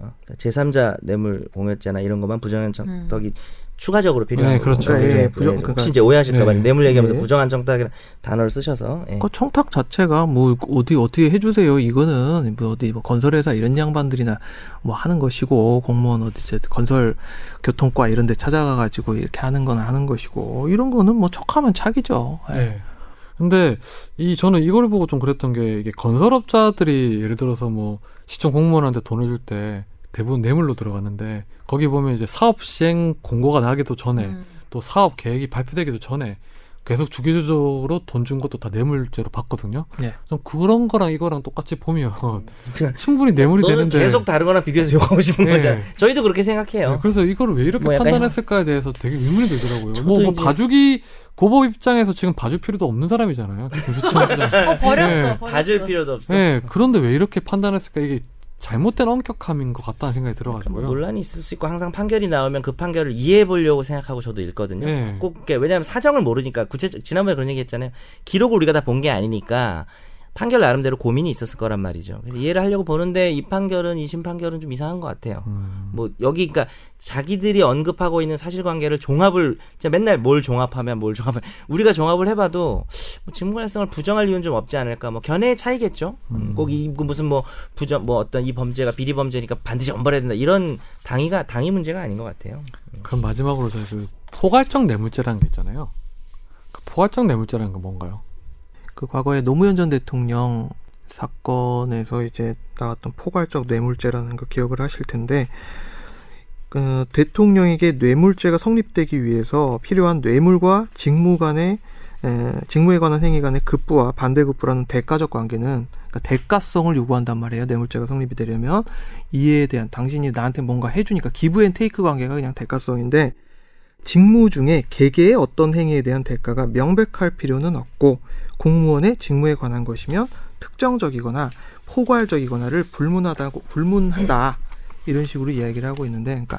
[SPEAKER 2] 어, 그러니까 제3자 뇌물 공여죄나 이런 것만 부정한 청탁이 추가적으로 필요해요.
[SPEAKER 1] 네, 그렇죠.
[SPEAKER 2] 이제
[SPEAKER 4] 예, 부정-
[SPEAKER 2] 혹시
[SPEAKER 4] 그러니까-
[SPEAKER 2] 이제 오해하실까봐
[SPEAKER 1] 예.
[SPEAKER 2] 뇌물 얘기하면서
[SPEAKER 4] 예.
[SPEAKER 2] 부정한 청탁이라는 단어를 쓰셔서 예.
[SPEAKER 4] 그 청탁 자체가 뭐 어디 어떻게 해주세요 이거는 뭐 어디 뭐 건설회사 이런 양반들이나 뭐 하는 것이고 공무원 어디 이제 건설 교통과 이런 데 찾아가 가지고 이렇게 하는 건 하는 것이고 이런 거는 뭐 척하면 착이죠 예.
[SPEAKER 1] 네. 근데 이 저는 이걸 보고 좀 그랬던 게 이게 건설업자들이 예를 들어서 뭐 시청 공무원한테 돈을 줄 때 대부분 뇌물로 들어가는데 거기 보면 이제 사업 시행 공고가 나기도
[SPEAKER 4] 네.
[SPEAKER 1] 전에
[SPEAKER 7] 음.
[SPEAKER 1] 또 사업 계획이 발표되기도 전에 계속 주기적으로 돈 준 것도 다 뇌물죄로 봤거든요.
[SPEAKER 4] 네.
[SPEAKER 1] 좀 그런 거랑 이거랑 똑같이 보면 충분히 뇌물이
[SPEAKER 2] 너는
[SPEAKER 1] 되는데
[SPEAKER 2] 계속 다른 거랑 비교해서 욕하고 싶은
[SPEAKER 1] 예.
[SPEAKER 2] 거잖아. 저희도 그렇게 생각해요.
[SPEAKER 1] 네, 그래서 이걸 왜 이렇게
[SPEAKER 2] 뭐 약간
[SPEAKER 1] 판단했을까에 대해서 되게 의문이 들더라고요.
[SPEAKER 2] 저도
[SPEAKER 1] 뭐, 뭐
[SPEAKER 2] 이제-
[SPEAKER 1] 봐주기 고보 입장에서 지금 봐줄 필요도 없는 사람이잖아요. 김수천 시장.
[SPEAKER 7] 어, 버렸어. 버렸어.
[SPEAKER 1] 네.
[SPEAKER 2] 봐줄 필요도 없어.
[SPEAKER 1] 네, 그런데 왜 이렇게 판단했을까 이게 잘못된 엄격함인 것 같다는 생각이
[SPEAKER 2] 뭐
[SPEAKER 1] 들어가지고요.
[SPEAKER 2] 논란이 있을 수 있고 항상 판결이 나오면 그 판결을 이해해 보려고 생각하고 저도 읽거든요.
[SPEAKER 1] 네.
[SPEAKER 2] 꼭 이렇게 왜냐하면 사정을 모르니까 구체적 지난번에 그런 얘기했잖아요. 기록을 우리가 다 본 게 아니니까 판결 나름대로 고민이 있었을 거란 말이죠. 그래서 이해를 하려고 보는데 이 판결은 이심 판결은 좀 이상한 것 같아요.
[SPEAKER 1] 음,
[SPEAKER 2] 뭐 여기 그러니까 자기들이 언급하고 있는 사실관계를 종합을 진짜 맨날 뭘 종합하면 뭘 종합을 우리가 종합을 해봐도 뭐 직무관성을 부정할 이유는 좀 없지 않을까 뭐 견해의 차이겠죠
[SPEAKER 1] 음.
[SPEAKER 2] 꼭 이 무슨 뭐 부정 뭐 어떤 이 범죄가 비리 범죄니까 반드시 엄벌해야 된다 이런 당위가 당위 문제가 아닌 것 같아요
[SPEAKER 1] 그럼 마지막으로 저희 그 포괄적 뇌물죄라는 게 있잖아요. 그 포괄적 뇌물죄라는 건 뭔가요?
[SPEAKER 4] 그 과거에 노무현 전 대통령 사건에서 이제 나왔던 포괄적 뇌물죄라는 거 기억을 하실 텐데 그 대통령에게 뇌물죄가 성립되기 위해서 필요한 뇌물과 직무 간의 에, 직무에 관한 행위 간의 급부와 반대급부라는 대가적 관계는 그러니까 대가성을 요구한단 말이에요. 뇌물죄가 성립이 되려면 이에 대한 당신이 나한테 뭔가 해주니까 기브앤테이크 관계가 그냥 대가성인데 직무 중에 개개의 어떤 행위에 대한 대가가 명백할 필요는 없고 공무원의 직무에 관한 것이면 특정적이거나 포괄적이거나를 불문하다고 불문한다 이런 식으로 이야기를 하고 있는데 그러니까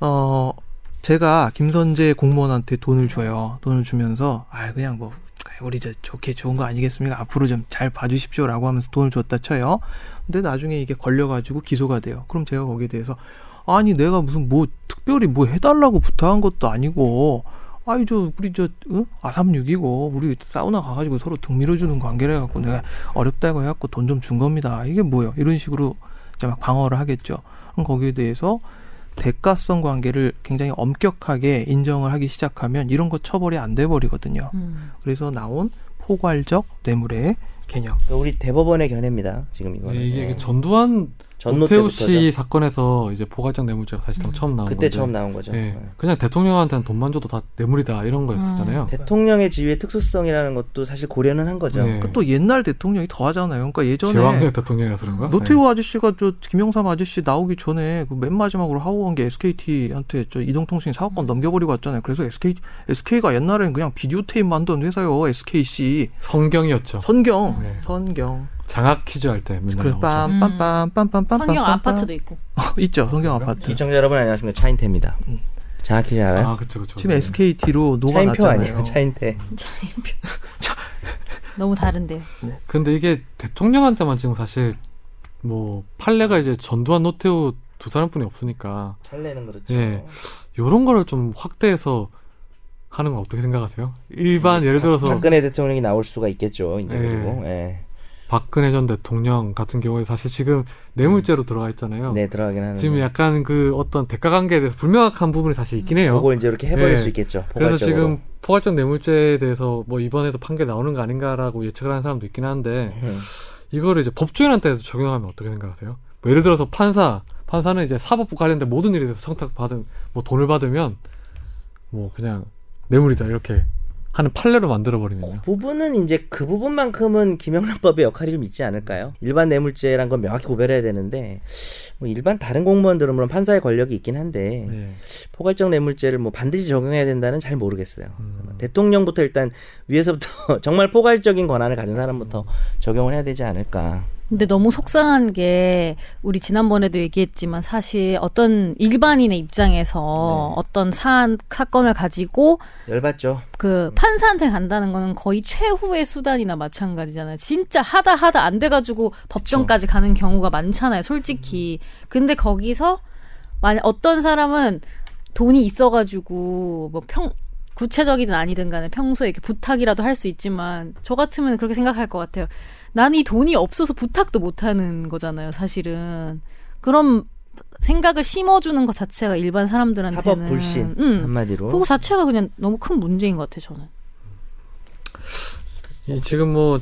[SPEAKER 4] 어 제가 김선재 공무원한테 돈을 줘요 돈을 주면서 아 그냥 뭐 우리 저 좋게 좋은 거 아니겠습니까 앞으로 좀 잘 봐주십시오라고 하면서 돈을 줬다 쳐요 근데 나중에 이게 걸려가지고 기소가 돼요 그럼 제가 거기에 대해서 아니 내가 무슨 뭐 특별히 뭐 해달라고 부탁한 것도 아니고 아이 저 우리 저 어? 아삼육이고 우리 사우나 가가지고 서로 등 밀어주는 관계래 갖고 내가 어렵다고 해갖고 돈 좀 준 겁니다 이게 뭐예요 이런 식으로 이제 막 방어를 하겠죠 그럼 거기에 대해서 대가성 관계를 굉장히 엄격하게 인정을 하기 시작하면 이런 거 처벌이 안 돼 버리거든요
[SPEAKER 7] 음.
[SPEAKER 4] 그래서 나온 포괄적 뇌물의 개념
[SPEAKER 2] 그러니까 우리 대법원의 견해입니다 지금 이거는
[SPEAKER 1] 네, 이게
[SPEAKER 2] 예.
[SPEAKER 1] 그 전두환
[SPEAKER 2] 전노
[SPEAKER 1] 노태우
[SPEAKER 2] 때부터죠.
[SPEAKER 1] 씨 사건에서 이제 포괄적 뇌물죄가 사실상 처음 나온
[SPEAKER 2] 그때
[SPEAKER 1] 건데
[SPEAKER 2] 처음 나온 거죠
[SPEAKER 1] 예,
[SPEAKER 2] 예.
[SPEAKER 1] 그냥 대통령한테는 돈만 줘도 다 뇌물이다 이런 거였었잖아요.
[SPEAKER 2] 대통령의 지위의 특수성이라는 것도 사실 고려는 한 거죠
[SPEAKER 1] 네.
[SPEAKER 4] 그러니까 또 옛날 대통령이 더 하잖아요 그러니까 예전에
[SPEAKER 1] 제왕적 대통령이라서 그런가?
[SPEAKER 4] 노태우 아저씨가 저 김영삼 아저씨 나오기 전에 그 맨 마지막으로 하고 간 게 SKT한테 저 이동통신 사업권 넘겨버리고 왔잖아요. 그래서 SK SK가 옛날엔 그냥 비디오 테이프 만든 회사요. SKC
[SPEAKER 1] 네. 성경이었죠.
[SPEAKER 4] 선경
[SPEAKER 1] 네.
[SPEAKER 4] 선경
[SPEAKER 1] 장학 퀴즈 할 때 맨날
[SPEAKER 4] 그래
[SPEAKER 1] 나오죠.
[SPEAKER 4] 빰빰빰빰빰빰
[SPEAKER 7] 성경 아파트도 있고.
[SPEAKER 4] 있죠 성경 아파트
[SPEAKER 2] 시청자 여러분 안녕하십니까 차인태입니다
[SPEAKER 1] 음.
[SPEAKER 2] 정확히 잘 알아요?
[SPEAKER 1] 아, 그쵸, 그쵸.
[SPEAKER 4] 지금 SKT로
[SPEAKER 2] 차인표 아니에요
[SPEAKER 4] 녹아났잖아요.
[SPEAKER 2] 차인태
[SPEAKER 7] 너무 다른데요.
[SPEAKER 1] 근데 이게 대통령한테만 지금 사실 뭐 판례가 이제 전두환 노태우 두 사람뿐이 없으니까
[SPEAKER 2] 찰레는 그렇죠
[SPEAKER 1] 예. 요런 거를 좀 확대해서 하는 건 어떻게 생각하세요?
[SPEAKER 2] 음,
[SPEAKER 1] 일반 예를 들어서
[SPEAKER 2] 박근혜 대통령이 나올 수가 있겠죠 이제
[SPEAKER 1] 예.
[SPEAKER 2] 그리고 예.
[SPEAKER 1] 박근혜 전 대통령 같은 경우에 사실 지금 뇌물죄로 들어가 있잖아요.
[SPEAKER 2] 네 들어가긴 하는데
[SPEAKER 1] 지금 약간 그 어떤 대가 관계에 대해서 불명확한 부분이 사실 있긴 해요.
[SPEAKER 2] 그걸 이제 이렇게 해버릴
[SPEAKER 1] 예.
[SPEAKER 2] 수 있겠죠
[SPEAKER 1] 그래서
[SPEAKER 2] 포괄적으로.
[SPEAKER 1] 지금 포괄적 뇌물죄에 대해서 뭐 이번에도 판결 나오는 거 아닌가라고 예측을 하는 사람도 있긴 한데
[SPEAKER 2] 음.
[SPEAKER 1] 이거를 이제 법조인한테서 적용하면 어떻게 생각하세요? 뭐 예를 들어서 판사 판사는 이제 사법부 관련된 모든 일에 대해서 청탁 받은 뭐 돈을 받으면 뭐 그냥 뇌물이다 이렇게 하는 판례로 만들어
[SPEAKER 2] 그
[SPEAKER 1] 버리면요.
[SPEAKER 2] 부분은 이제 그 부분만큼은 김영란법의 역할이 좀 있지 않을까요? 일반 뇌물죄란 건 명확히 구별해야 되는데 뭐 일반 다른 공무원들은 물론 판사의 권력이 있긴 한데
[SPEAKER 1] 네.
[SPEAKER 2] 포괄적 뇌물죄를 뭐 반드시 적용해야 된다는 잘 모르겠어요.
[SPEAKER 1] 음.
[SPEAKER 2] 대통령부터 일단 위에서부터 정말 포괄적인 권한을 가진 사람부터 적용을 해야 되지 않을까.
[SPEAKER 3] 근데 너무 속상한 게 우리 지난번에도 얘기했지만 사실 어떤 일반인의
[SPEAKER 2] 네.
[SPEAKER 3] 입장에서 어떤 사안 사건을 가지고
[SPEAKER 2] 열받죠.
[SPEAKER 3] 그
[SPEAKER 2] 음.
[SPEAKER 3] 판사한테 간다는 거는 거의 최후의 수단이나 마찬가지잖아요. 진짜 하다 하다 안 돼가지고 법정까지 가는 경우가 많잖아요. 솔직히.
[SPEAKER 2] 음.
[SPEAKER 3] 근데 거기서 만약 어떤 사람은 돈이 있어가지고 뭐 평 구체적이든 아니든 간에 평소에 이렇게 부탁이라도 할 수 있지만 저 같으면 그렇게 생각할 것 같아요. 나는 이 돈이 없어서 부탁도 못하는 거잖아요. 사실은 그럼 생각을 심어주는 것 자체가 일반 사람들한테는
[SPEAKER 2] 사법 불신
[SPEAKER 3] 음,
[SPEAKER 4] 어?
[SPEAKER 2] 한마디로.
[SPEAKER 3] 그거 자체가 그냥 너무 큰 문제인 것 같아요, 저는.
[SPEAKER 1] 이 지금 뭐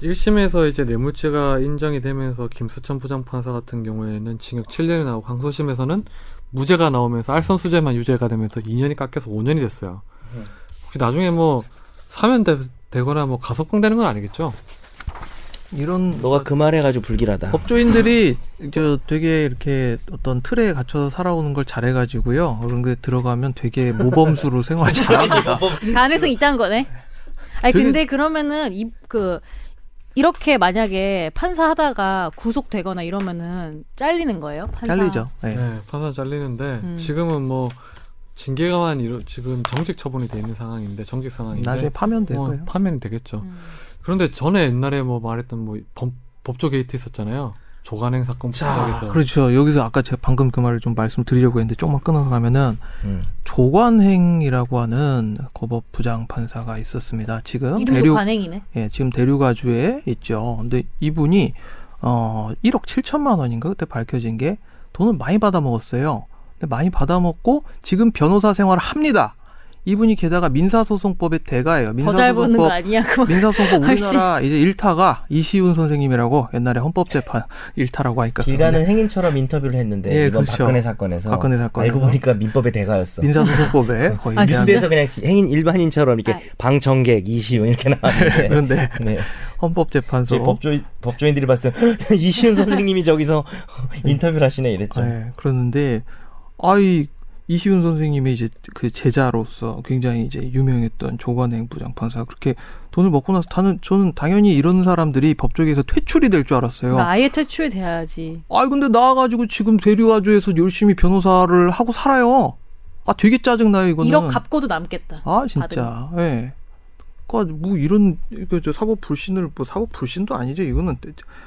[SPEAKER 1] 1심에서 이제 뇌물죄가 인정이 되면서 김수천 부장판사 같은 경우에는 징역 7년이 나오고 항소심에서는 무죄가 나오면서 알선수재만 유죄가 되면서 2년이 깎여서 5년이 됐어요.
[SPEAKER 4] 네.
[SPEAKER 1] 혹시 나중에 뭐 사면 되, 거나뭐 가석방 되는 건 아니겠죠?
[SPEAKER 4] 이런
[SPEAKER 2] 너가 그 말해가지고 불길하다.
[SPEAKER 4] 법조인들이 저 되게 이렇게 어떤 틀에 갇혀서 살아오는 걸 잘해가지고요. 그런 게 들어가면 되게 모범수로 생활 잘합니다.
[SPEAKER 3] 가능성 있다는 거네. 아니
[SPEAKER 4] 되게-
[SPEAKER 3] 근데 그러면은 이 그 이렇게 만약에 판사하다가 구속되거나 이러면은 잘리는 거예요? 판사.
[SPEAKER 4] 잘리죠. 네.
[SPEAKER 1] 네, 판사 잘리는데
[SPEAKER 3] 음.
[SPEAKER 1] 지금은 뭐 징계가만 이루, 지금 정직 처분이 돼 있는 상황인데 정직 상황인데
[SPEAKER 4] 나중에 파면 될
[SPEAKER 1] 뭐
[SPEAKER 4] 거예요.
[SPEAKER 1] 판매는 되겠죠.
[SPEAKER 3] 음.
[SPEAKER 1] 그런데 전에 옛날에 뭐 말했던 뭐 범, 법조 게이트 있었잖아요. 조간행 사건
[SPEAKER 4] 자,
[SPEAKER 1] 부탁에서
[SPEAKER 4] 그렇죠. 여기서 아까 제가 방금 그 말을 좀 말씀드리려고 했는데 조금만 끊어가면은
[SPEAKER 2] 음.
[SPEAKER 4] 조관행이라고 하는 고법 부장 판사가 있었습니다. 지금
[SPEAKER 3] 이름도
[SPEAKER 4] 대륙
[SPEAKER 3] 관행이네.
[SPEAKER 4] 예, 지금 대류가주에 있죠. 근데 이분이 어 1억 7천만 원인가 그때 밝혀진 게 돈을 많이 받아 먹었어요. 근데 많이 받아 먹고 지금 변호사 생활을 합니다. 이분이 게다가 민사소송법의 대가예요.
[SPEAKER 3] 더 잘 보는 거 아니야?
[SPEAKER 4] 네.
[SPEAKER 3] 그만.
[SPEAKER 4] 민사소송법
[SPEAKER 3] 훨씬.
[SPEAKER 4] 우리나라 이제 일타가 이시훈 선생님이라고 옛날에 헌법재판 일타라고 하니까
[SPEAKER 2] 길 가는 행인처럼 인터뷰를 했는데
[SPEAKER 4] 예,
[SPEAKER 2] 이번
[SPEAKER 4] 그렇죠.
[SPEAKER 2] 박근혜 사건에서
[SPEAKER 4] 박근혜 사건에서.
[SPEAKER 2] 알고 보니까 민법의 대가였어.
[SPEAKER 4] 민사소송법에 거의
[SPEAKER 3] 아,
[SPEAKER 4] 미안-
[SPEAKER 3] 진짜?
[SPEAKER 2] 뉴스에서 그냥 행인 일반인처럼 이렇게
[SPEAKER 3] 아.
[SPEAKER 2] 방청객 이시훈 이렇게 나왔는데
[SPEAKER 4] 그런데
[SPEAKER 2] 네. 저희
[SPEAKER 4] 헌법재판소
[SPEAKER 2] 법조인 법조인들이 봤을 때 이시훈 선생님이 저기서 인터뷰를 하시네 이랬죠.
[SPEAKER 4] 예, 그러는데 아이 이시훈 선생님의 이제 그 제자로서 굉장히 이제 유명했던 조관행 부장판사 그렇게 돈을 먹고 나서 다는 저는 당연히 이런 사람들이 법조계에서 퇴출이 될 줄 알았어요.
[SPEAKER 3] 나 그러니까 아예 퇴출이 돼야지.
[SPEAKER 4] 아이 근데 나와가지고 지금 대류아주에서 열심히 변호사를 하고 살아요. 아 되게 짜증 나요 이거는.
[SPEAKER 3] 1억 갚고도 남겠다.
[SPEAKER 4] 아 진짜 예. 그러니까 뭐 이런 그저 사법 불신을 뭐 사법 불신도 아니죠 이거는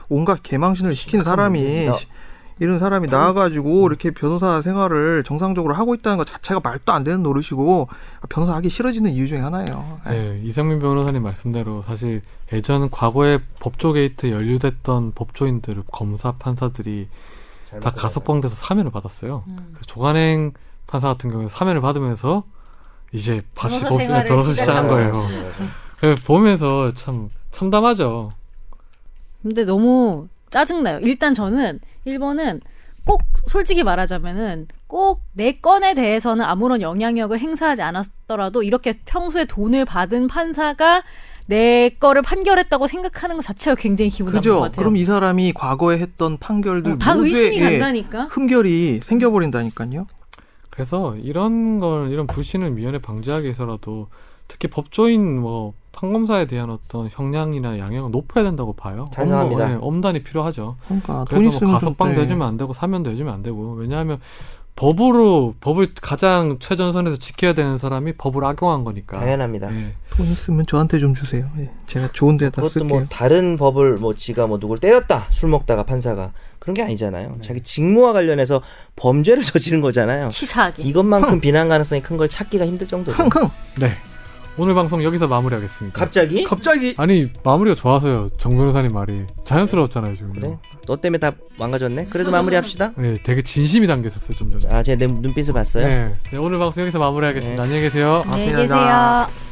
[SPEAKER 4] 온갖 개망신을 시킨 사람이
[SPEAKER 2] 문제입니다.
[SPEAKER 4] 시- 이런 사람이 나와가지고 이렇게 변호사 생활을 정상적으로 하고 있다는 것 자체가 말도 안 되는 노릇이고 변호사 하기 싫어지는 이유 중에 하나예요. 예.
[SPEAKER 1] 네, 이상민 변호사님 말씀대로 사실 예전 과거에 법조 게이트 연루됐던 법조인들, 검사, 판사들이 다 가석방돼서 사면을 받았어요.
[SPEAKER 3] 음.
[SPEAKER 1] 그 조간행 판사 같은 경우에 사면을 받으면서 이제 다시
[SPEAKER 3] 변호사
[SPEAKER 1] 법-
[SPEAKER 3] 생활을
[SPEAKER 1] 변호사 시작한
[SPEAKER 3] 시작한
[SPEAKER 1] 거예요. 그래서 보면서 참 참담하죠.
[SPEAKER 3] 근데 너무 짜증나요. 일단 저는 1번은 꼭 솔직히 말하자면은 꼭 내 건에 대해서는 아무런 영향력을 행사하지 않았더라도 이렇게 평소에 돈을 받은 판사가 내 거를 판결했다고 생각하는 것 자체가 굉장히 기분 나쁜 것
[SPEAKER 4] 그죠?
[SPEAKER 3] 같아요.
[SPEAKER 4] 그럼 이 사람이 과거에 했던 판결들
[SPEAKER 3] 어, 다
[SPEAKER 4] 모두의,
[SPEAKER 3] 의심이
[SPEAKER 4] 예,
[SPEAKER 3] 간다니까.
[SPEAKER 4] 흠결이 생겨버린다니까요.
[SPEAKER 1] 그래서 이런 걸 이런 불신을 미연에 방지하기 위해서라도 특히 법조인 뭐 판검사에 대한 어떤 형량이나 양형은 높아야 된다고 봐요.
[SPEAKER 2] 찬성합니다.
[SPEAKER 1] 엄- 예, 엄단이 필요하죠.
[SPEAKER 2] 아,
[SPEAKER 4] 그러니까 돈
[SPEAKER 1] 그래서
[SPEAKER 4] 있으면
[SPEAKER 1] 뭐
[SPEAKER 4] 좀-
[SPEAKER 1] 가석방도
[SPEAKER 4] 예.
[SPEAKER 1] 해주면 안 되고 사면도 해주면 안 되고 왜냐하면 법으로 법을 가장 최전선에서 지켜야 되는 사람이 법을 악용한 거니까.
[SPEAKER 2] 당연합니다.
[SPEAKER 1] 예.
[SPEAKER 4] 돈 있으면 저한테 좀 주세요. 예. 제가 좋은 데다
[SPEAKER 2] 그것도
[SPEAKER 4] 쓸게요.
[SPEAKER 2] 뭐 다른 법을 뭐 지가 뭐 누굴 때렸다 술 먹다가 판사가 그런 게 아니잖아요. 자기 직무와 관련해서 범죄를 저지른 거잖아요.
[SPEAKER 3] 치사하게.
[SPEAKER 2] 이것만큼 비난 가능성이 큰 걸 찾기가 힘들 정도죠.
[SPEAKER 4] 흥흥.
[SPEAKER 1] 네. 오늘 방송 여기서 마무리하겠습니다.
[SPEAKER 2] 갑자기
[SPEAKER 4] 갑자기
[SPEAKER 1] 아니 마무리가 좋아서요. 정 변호사님 말이 자연스러웠잖아요 지금.
[SPEAKER 2] 그래? 네. 너 때문에 다 망가졌네. 그래도 마무리합시다.
[SPEAKER 1] 네, 되게 진심이 담겨 있었어요 좀 전에.
[SPEAKER 2] 아, 제 내 눈빛을 봤어요.
[SPEAKER 1] 네. 네, 오늘 방송 여기서 마무리하겠습니다. 안녕히 계세요.
[SPEAKER 3] 안녕히
[SPEAKER 4] 감사합니다.
[SPEAKER 3] 계세요.